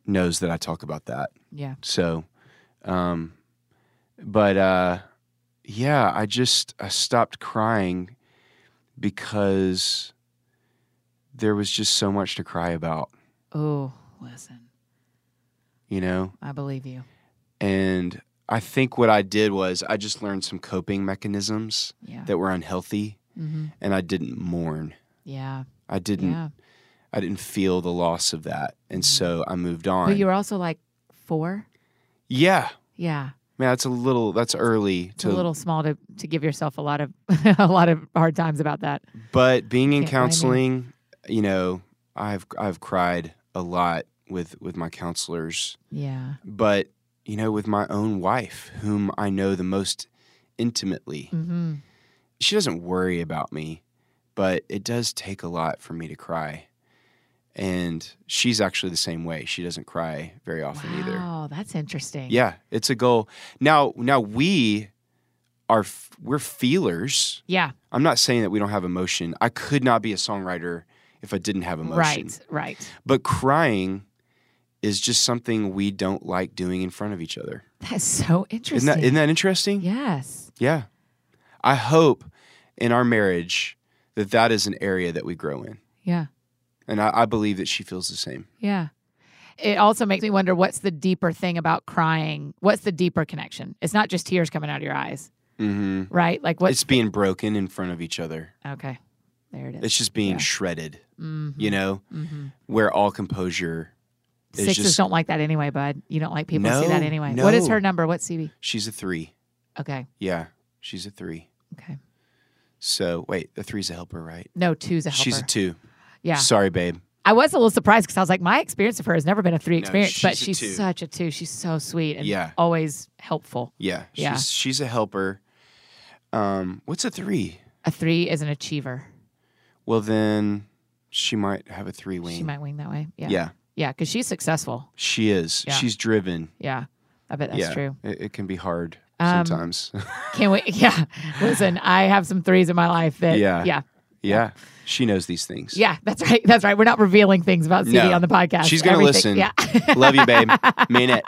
knows that I talk about that. Yeah. So, um, but uh, yeah, I just I stopped crying because there was just so much to cry about, Oh, listen, you know. I believe you. And I think what I did was I just learned some coping mechanisms Yeah. that were unhealthy, mm-hmm. and I didn't mourn. Yeah. I didn't. Yeah. I didn't feel the loss of that, and Mhm. so I moved on. But you were also like four. yeah, Yeah. man, that's a little. That's early It's to a little small to to give yourself a lot of a lot of hard times about that. But being in Can't blame you. counseling, you know, I've I've cried a lot with with my counselors, Yeah. but you know, with my own wife, whom I know the most intimately. Mm-hmm. She doesn't worry about me, but it does take a lot for me to cry. And she's actually the same way. She doesn't cry very often either. Wow, that's interesting. Yeah, it's a goal. Now, now we are f- we're feelers. Yeah. I'm not saying that we don't have emotion. I could not be a songwriter if I didn't have emotion. Right. Right. But crying is just something we don't like doing in front of each other. That's so Isn't interesting. that isn't that interesting? yes. Yeah. I hope in our marriage that that is an area that we grow in, Yeah. and I, I believe that she feels the same. Yeah. It also makes me wonder what's the deeper thing about crying? What's the deeper connection? It's not just tears coming out of your eyes, hmm right? Like what? It's being broken in front of each other. okay. There it is. It's just being Yeah. shredded. mm-hmm. You know, hmm where all composure. It's Sixes just- don't like that anyway, bud. You don't like people who see No, that anyway. What is no. her number? What's CB? She's a three. Okay. Yeah, she's a three. Okay. So wait, a three's a helper, right? No, two's a helper. She's a two. yeah. Sorry, babe. I was a little surprised because I was like, my experience of her has never been a three experience, but she's a she's two. such a two. She's so sweet and Yeah. always helpful. Yeah, she's Yeah. she's a helper. Um, what's a three? A three is an achiever. Well, then she might have a three wing. She might wing that way. Yeah. Yeah, Yeah. Because she's successful. she is. Yeah. She's driven. Yeah. I bet that's yeah, true. It, it can be hard Um, sometimes. Can't wait. Yeah. Listen, I have some threes in my life that, yeah. Yeah. Yeah. yeah, she knows these things. Yeah. That's right. That's right. We're not revealing things about CD No. on the podcast. She's gonna Everything- listen. Yeah. love you, babe. Mean it.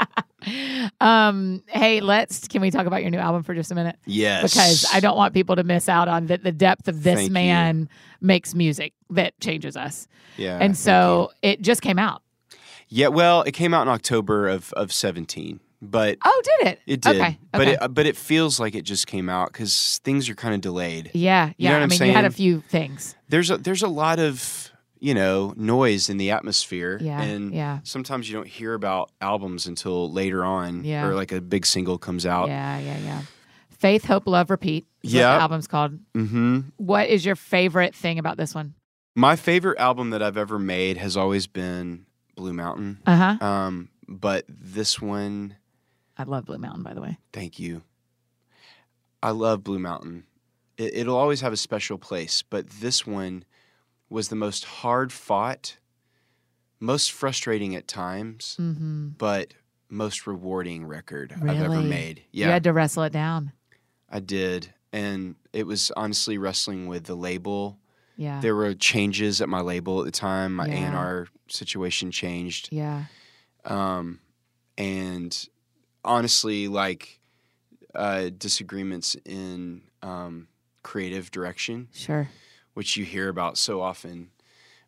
um, hey, let's, can we talk about your new album for just a minute? Yes, because I don't want people to miss out on that the depth of this Thank you. man makes music that changes us. Yeah, and Uh, thank so it just came out. you. yeah. Well, it came out in October of of seventeen, but Oh, did it? it did. Okay. okay. But it but it feels like it just came out because things are kind of delayed. yeah, yeah. know what I I'm mean, you had a saying? few things. there's a there's a lot of you know noise in the atmosphere Yeah, and yeah. sometimes you don't hear about albums until later on Yeah. or like a big single comes out Yeah, yeah, yeah. Faith, hope, love, repeat. is what Yeah. the album's called. hmm What is your favorite thing about this one? my favorite album that i've ever made has always been blue mountain Uh huh. um, but this one I love Blue Mountain, by the way. thank you i love blue mountain it, it'll always have a special place but this one was the most hard fought most frustrating at times Mm-hmm. but most rewarding record I've ever Really? made. You Yeah, had to wrestle it down. I did. And it was honestly wrestling with the label. Yeah. There were changes at my label at the time. My Yeah. A&R situation changed. yeah. Um, and honestly, like uh, disagreements in um, creative direction, Sure. which you hear about so often.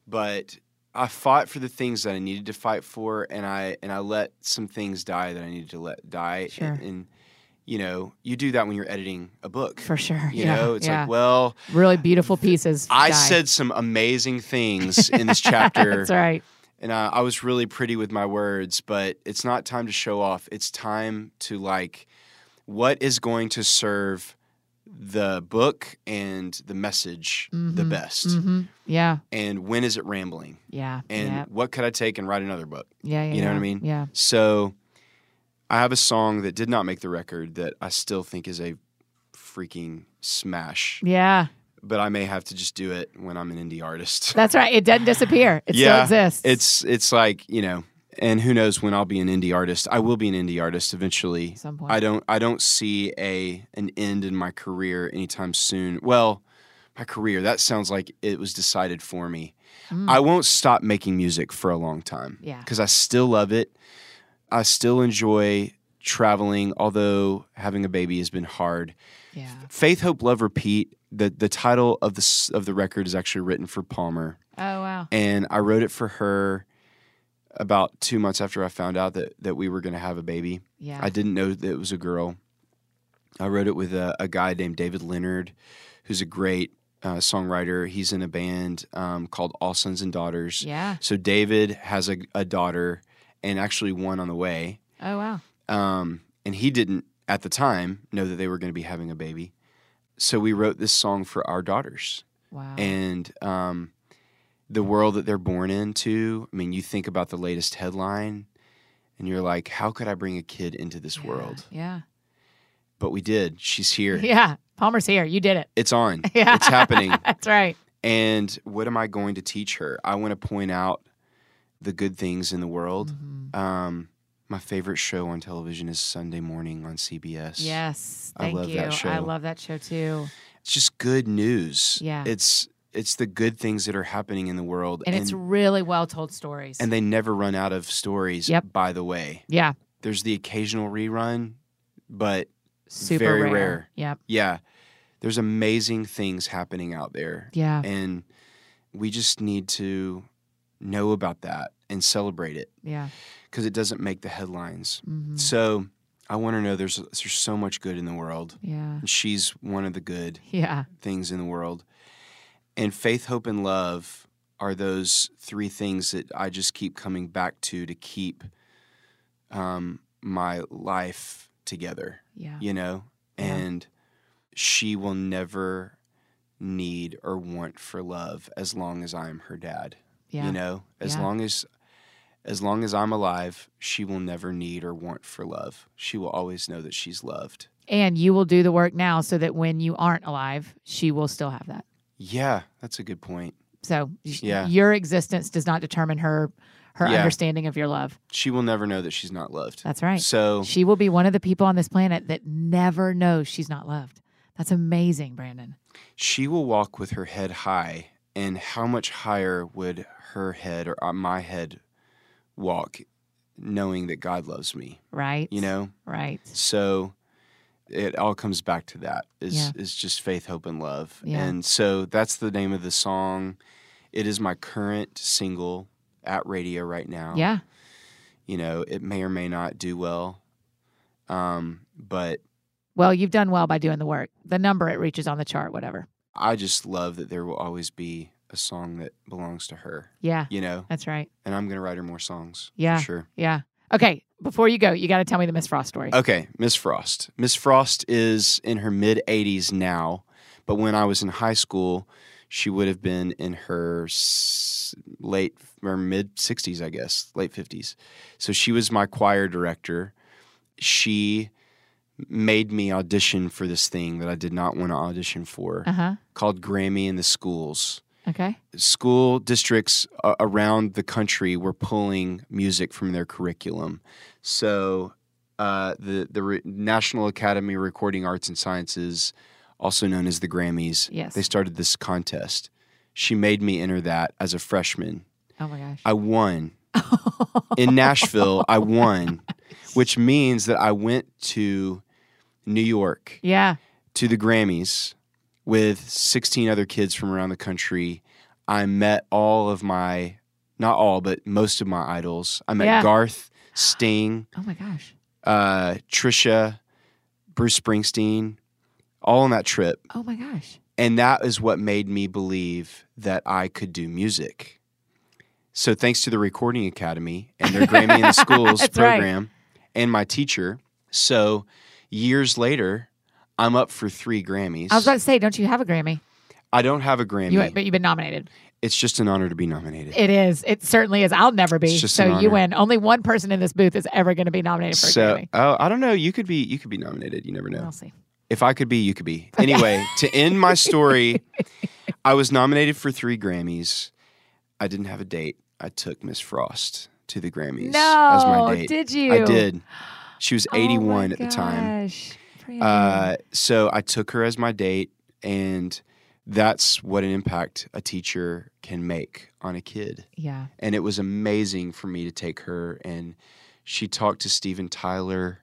But I fought for the things that I needed to fight for, and I and I let some things die that I needed to let die. Sure. And, and, you know, you do that when you're editing a book. For sure. You yeah. know, it's yeah. like, well, really beautiful pieces. I die. said some amazing things in this chapter, That's right. and I, I was really pretty with my words, but it's not time to show off. It's time to like, what is going to serve the book and the message the Mhm. best, hmm Yeah. and when is it rambling? Yeah. and yeah. what could I take and write another book? Yeah, yeah. you know what I yeah. mean? Yeah. So I have a song that did not make the record that I still think is a freaking smash. Yeah. but I may have to just do it when I'm an indie artist. That's right. It doesn't disappear. It yeah, still exists. It's it's like you know, and who knows when I'll be an indie artist? I will be an indie artist eventually. at some point. I don't I don't see a an end in my career anytime soon. Well, my career that sounds like it was decided for me. Mm. I won't stop making music for a long time. Yeah. Cuz I still love it. I still enjoy traveling although having a baby has been hard. yeah. Faith Hope Love Repeat the the title of the s- of the record is actually written for Palmer Oh wow. and I wrote it for her about 2 months after I found out that that we were going to have a baby. Yeah. I didn't know that it was a girl. I wrote it with a, a guy named David Leonard, who's a great uh, songwriter. He's in a band um, called All Sons and Daughters. yeah. So David has a, a daughter and actually one on the way. Oh wow. Um, and he didn't at the time know that they were going to be having a baby. So we wrote this song for our daughters Wow. and um, the world that they're born into. I mean, you think about the latest headline and you're like, how could I bring a kid into this Yeah. world? Yeah. but we did. She's here. Yeah. Palmer's here. You did it. It's on. Yeah. It's happening. That's right. And what am I going to teach her? I want to point out the good things in the world. Mhm. Um, my favorite show on television is Sunday morning on CBS. Yes. I Thank love you. that I show. love that show too. It's just good news. Yeah. It's it's the good things that are happening in the world. And, it's really well told stories. and they never run out of stories, Yep. by the way. yeah. There's the occasional rerun, but Super very rare. rare. Yep. yeah, there's amazing things happening out there. Yeah. and we just need to know about that and celebrate it Yeah. because it doesn't make the headlines. hmm So I want to know there's there's so much good in the world. Yeah. And she's one of the good Yeah. things in the world. And faith, hope, and love are those three things that I just keep coming back to to keep um, my life together Yeah. you know Yeah. and she will never need or want for love as long as i'm her dad Yeah. you know as Yeah. long as as long as i'm alive she will never need or want for love she will always know that she's loved And you will do the work now so that when you aren't alive, she will still have that. yeah that's a good point So sh- Yeah. your existence does not determine her her Yeah. understanding of your love. she will never know that she's not loved That's right. so She will be one of the people on this planet that never knows she's not loved. That's amazing, Brandon. she will walk with her head high and how much higher would her head or uh, my head walk knowing that god loves me Right? you know Right. So it all comes back to that is Yeah. is just faith, hope, and love. Yeah. And so that's the name of the song. It is my current single at radio right now. Yeah. You know, it may or may not do well. Um, but Well, you've done well by doing the work. The number it reaches on the chart, whatever. I just love that there will always be a song that belongs to her, Yeah. you know? That's right. And I'm gonna write her more songs. Yeah. For sure. Yeah. Okay. Before you go, you got to tell me the Miss Frost story. Okay, Miss Frost. Miss Frost is in her mid 80s now, but when I was in high school, she would have been in her s- late or mid 60s, I guess, late 50s. So she was my choir director. She made me audition for this thing that I did not want to audition for Uh huh. called Grammy in the Schools Okay. school districts uh, around the country were pulling music from their curriculum. So uh, the the Re- National Academy of Recording Arts and Sciences, also known as the Grammys, Yes. they started this contest. She made me enter that as a freshman. Oh my gosh. I won in Nashville. I won, which means that I went to New York yeah. to the Grammys with 16 other kids from around the country. I met all of my, not all, but most of my idols. I met Yeah. Garth, Sting, Oh my gosh. uh, Trisha, Bruce Springsteen, all on that trip. Oh my gosh. And that is what made me believe that I could do music. So thanks to the Recording Academy and their Grammy in the Schools That's right. program and my teacher. So years later, I'm up for three Grammys. I was about to say, don't you have a Grammy? I don't have a Grammy. You, but you've been nominated. it's just an honor to be nominated. It is. It certainly is. I'll never be. It's just So an you honor. win. Only one person in this booth is ever going to be nominated for a so, Grammy. oh, I don't know. You could be. You could be nominated. You never know. We'll see. If I could be, you could be. Anyway, to end my story, I was nominated for three Grammys. I didn't have a date. I took Miss Frost to the Grammys as my No, date. did you? I did. She was Oh my 81 at the time. gosh, Brianna. Uh, so I took her as my date, and that's what an impact a teacher can make on a kid. yeah. And it was amazing for me to take her, and she talked to Steven Tyler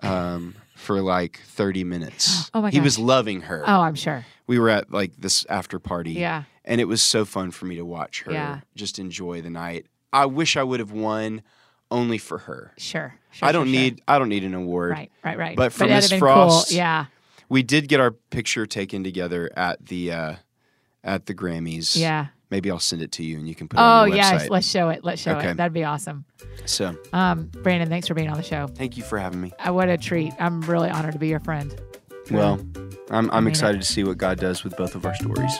um, for like 30 minutes. Oh my He was gosh. loving her. Oh, I'm sure. We were at like this after party, Yeah. and it was so fun for me to watch her Yeah. just enjoy the night. I wish I would have won only for her. Sure. sure, I don't sure, sure. need I don't need an award. Right, right, right. But for that'd Miss have been Frost- cool. yeah, We did get our picture taken together at the uh, at the Grammys. yeah. Maybe I'll send it to you and you can put it Oh on the yes, website. let's show it. Let's show Okay. it. That'd be awesome. So Um, Brandon, thanks for being on the show. thank you for having me. Uh, what a treat. I'm really honored to be your friend. Well, I'm I'm mean it. excited to see what God does with both of our stories.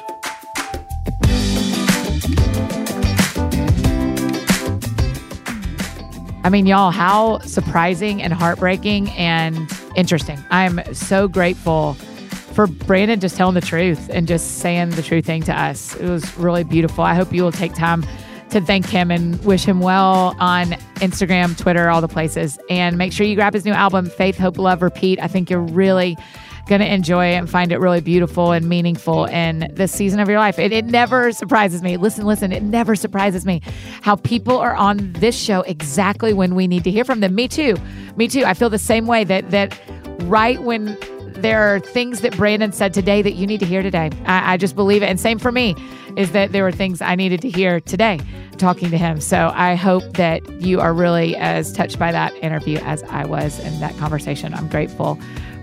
I mean, y'all, how surprising and heartbreaking and interesting. I'm so grateful for Brandon just telling the truth and just saying the true thing to us. It was really beautiful. I hope you will take time to thank him and wish him well on Instagram, Twitter, all the places. And make sure you grab his new album, Faith, Hope, Love, Repeat. I think you're really going to enjoy it and find it really beautiful and meaningful in this season of your life. It, it never surprises me. Listen, listen, it never surprises me how people are on this show exactly when we need to hear from them. Me too. Me too. I feel the same way that that right when there are things that Brandon said today that you need to hear today. I, I just believe it. And same for me is that there were things I needed to hear today talking to him. So I hope that you are really as touched by that interview as I was in that conversation. I'm grateful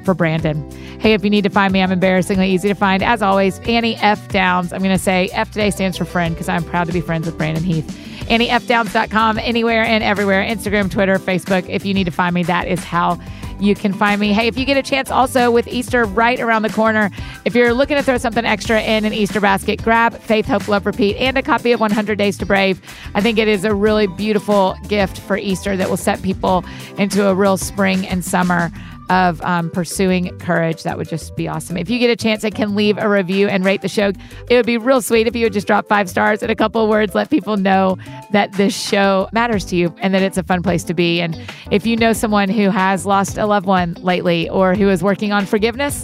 for Brandon. Hey, if you need to find me, I'm embarrassingly easy to find. As always, Annie F. Downs. I'm going to say F today stands for friend because I'm proud to be friends with Brandon Heath. AnnieFDowns.com, anywhere and everywhere Instagram, Twitter, Facebook. If you need to find me, that is how you can find me. Hey, if you get a chance also with Easter right around the corner, if you're looking to throw something extra in an Easter basket, grab Faith, Hope, Love, Repeat and a copy of 100 Days to Brave. I think it is a really beautiful gift for Easter that will set people into a real spring and summer of um, pursuing courage. That would just be awesome. If you get a chance and can leave a review and rate the show, it would be real sweet if you would just drop five stars and a couple of words, let people know that this show matters to you and that it's a fun place to be. And if you know someone who has lost a loved one lately or who is working on forgiveness,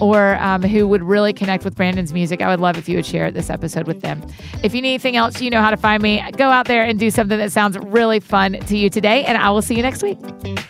or um, who would really connect with Brandon's music, I would love if you would share this episode with them. If you need anything else, you know how to find me. Go out there and do something that sounds really fun to you today, and I will see you next week.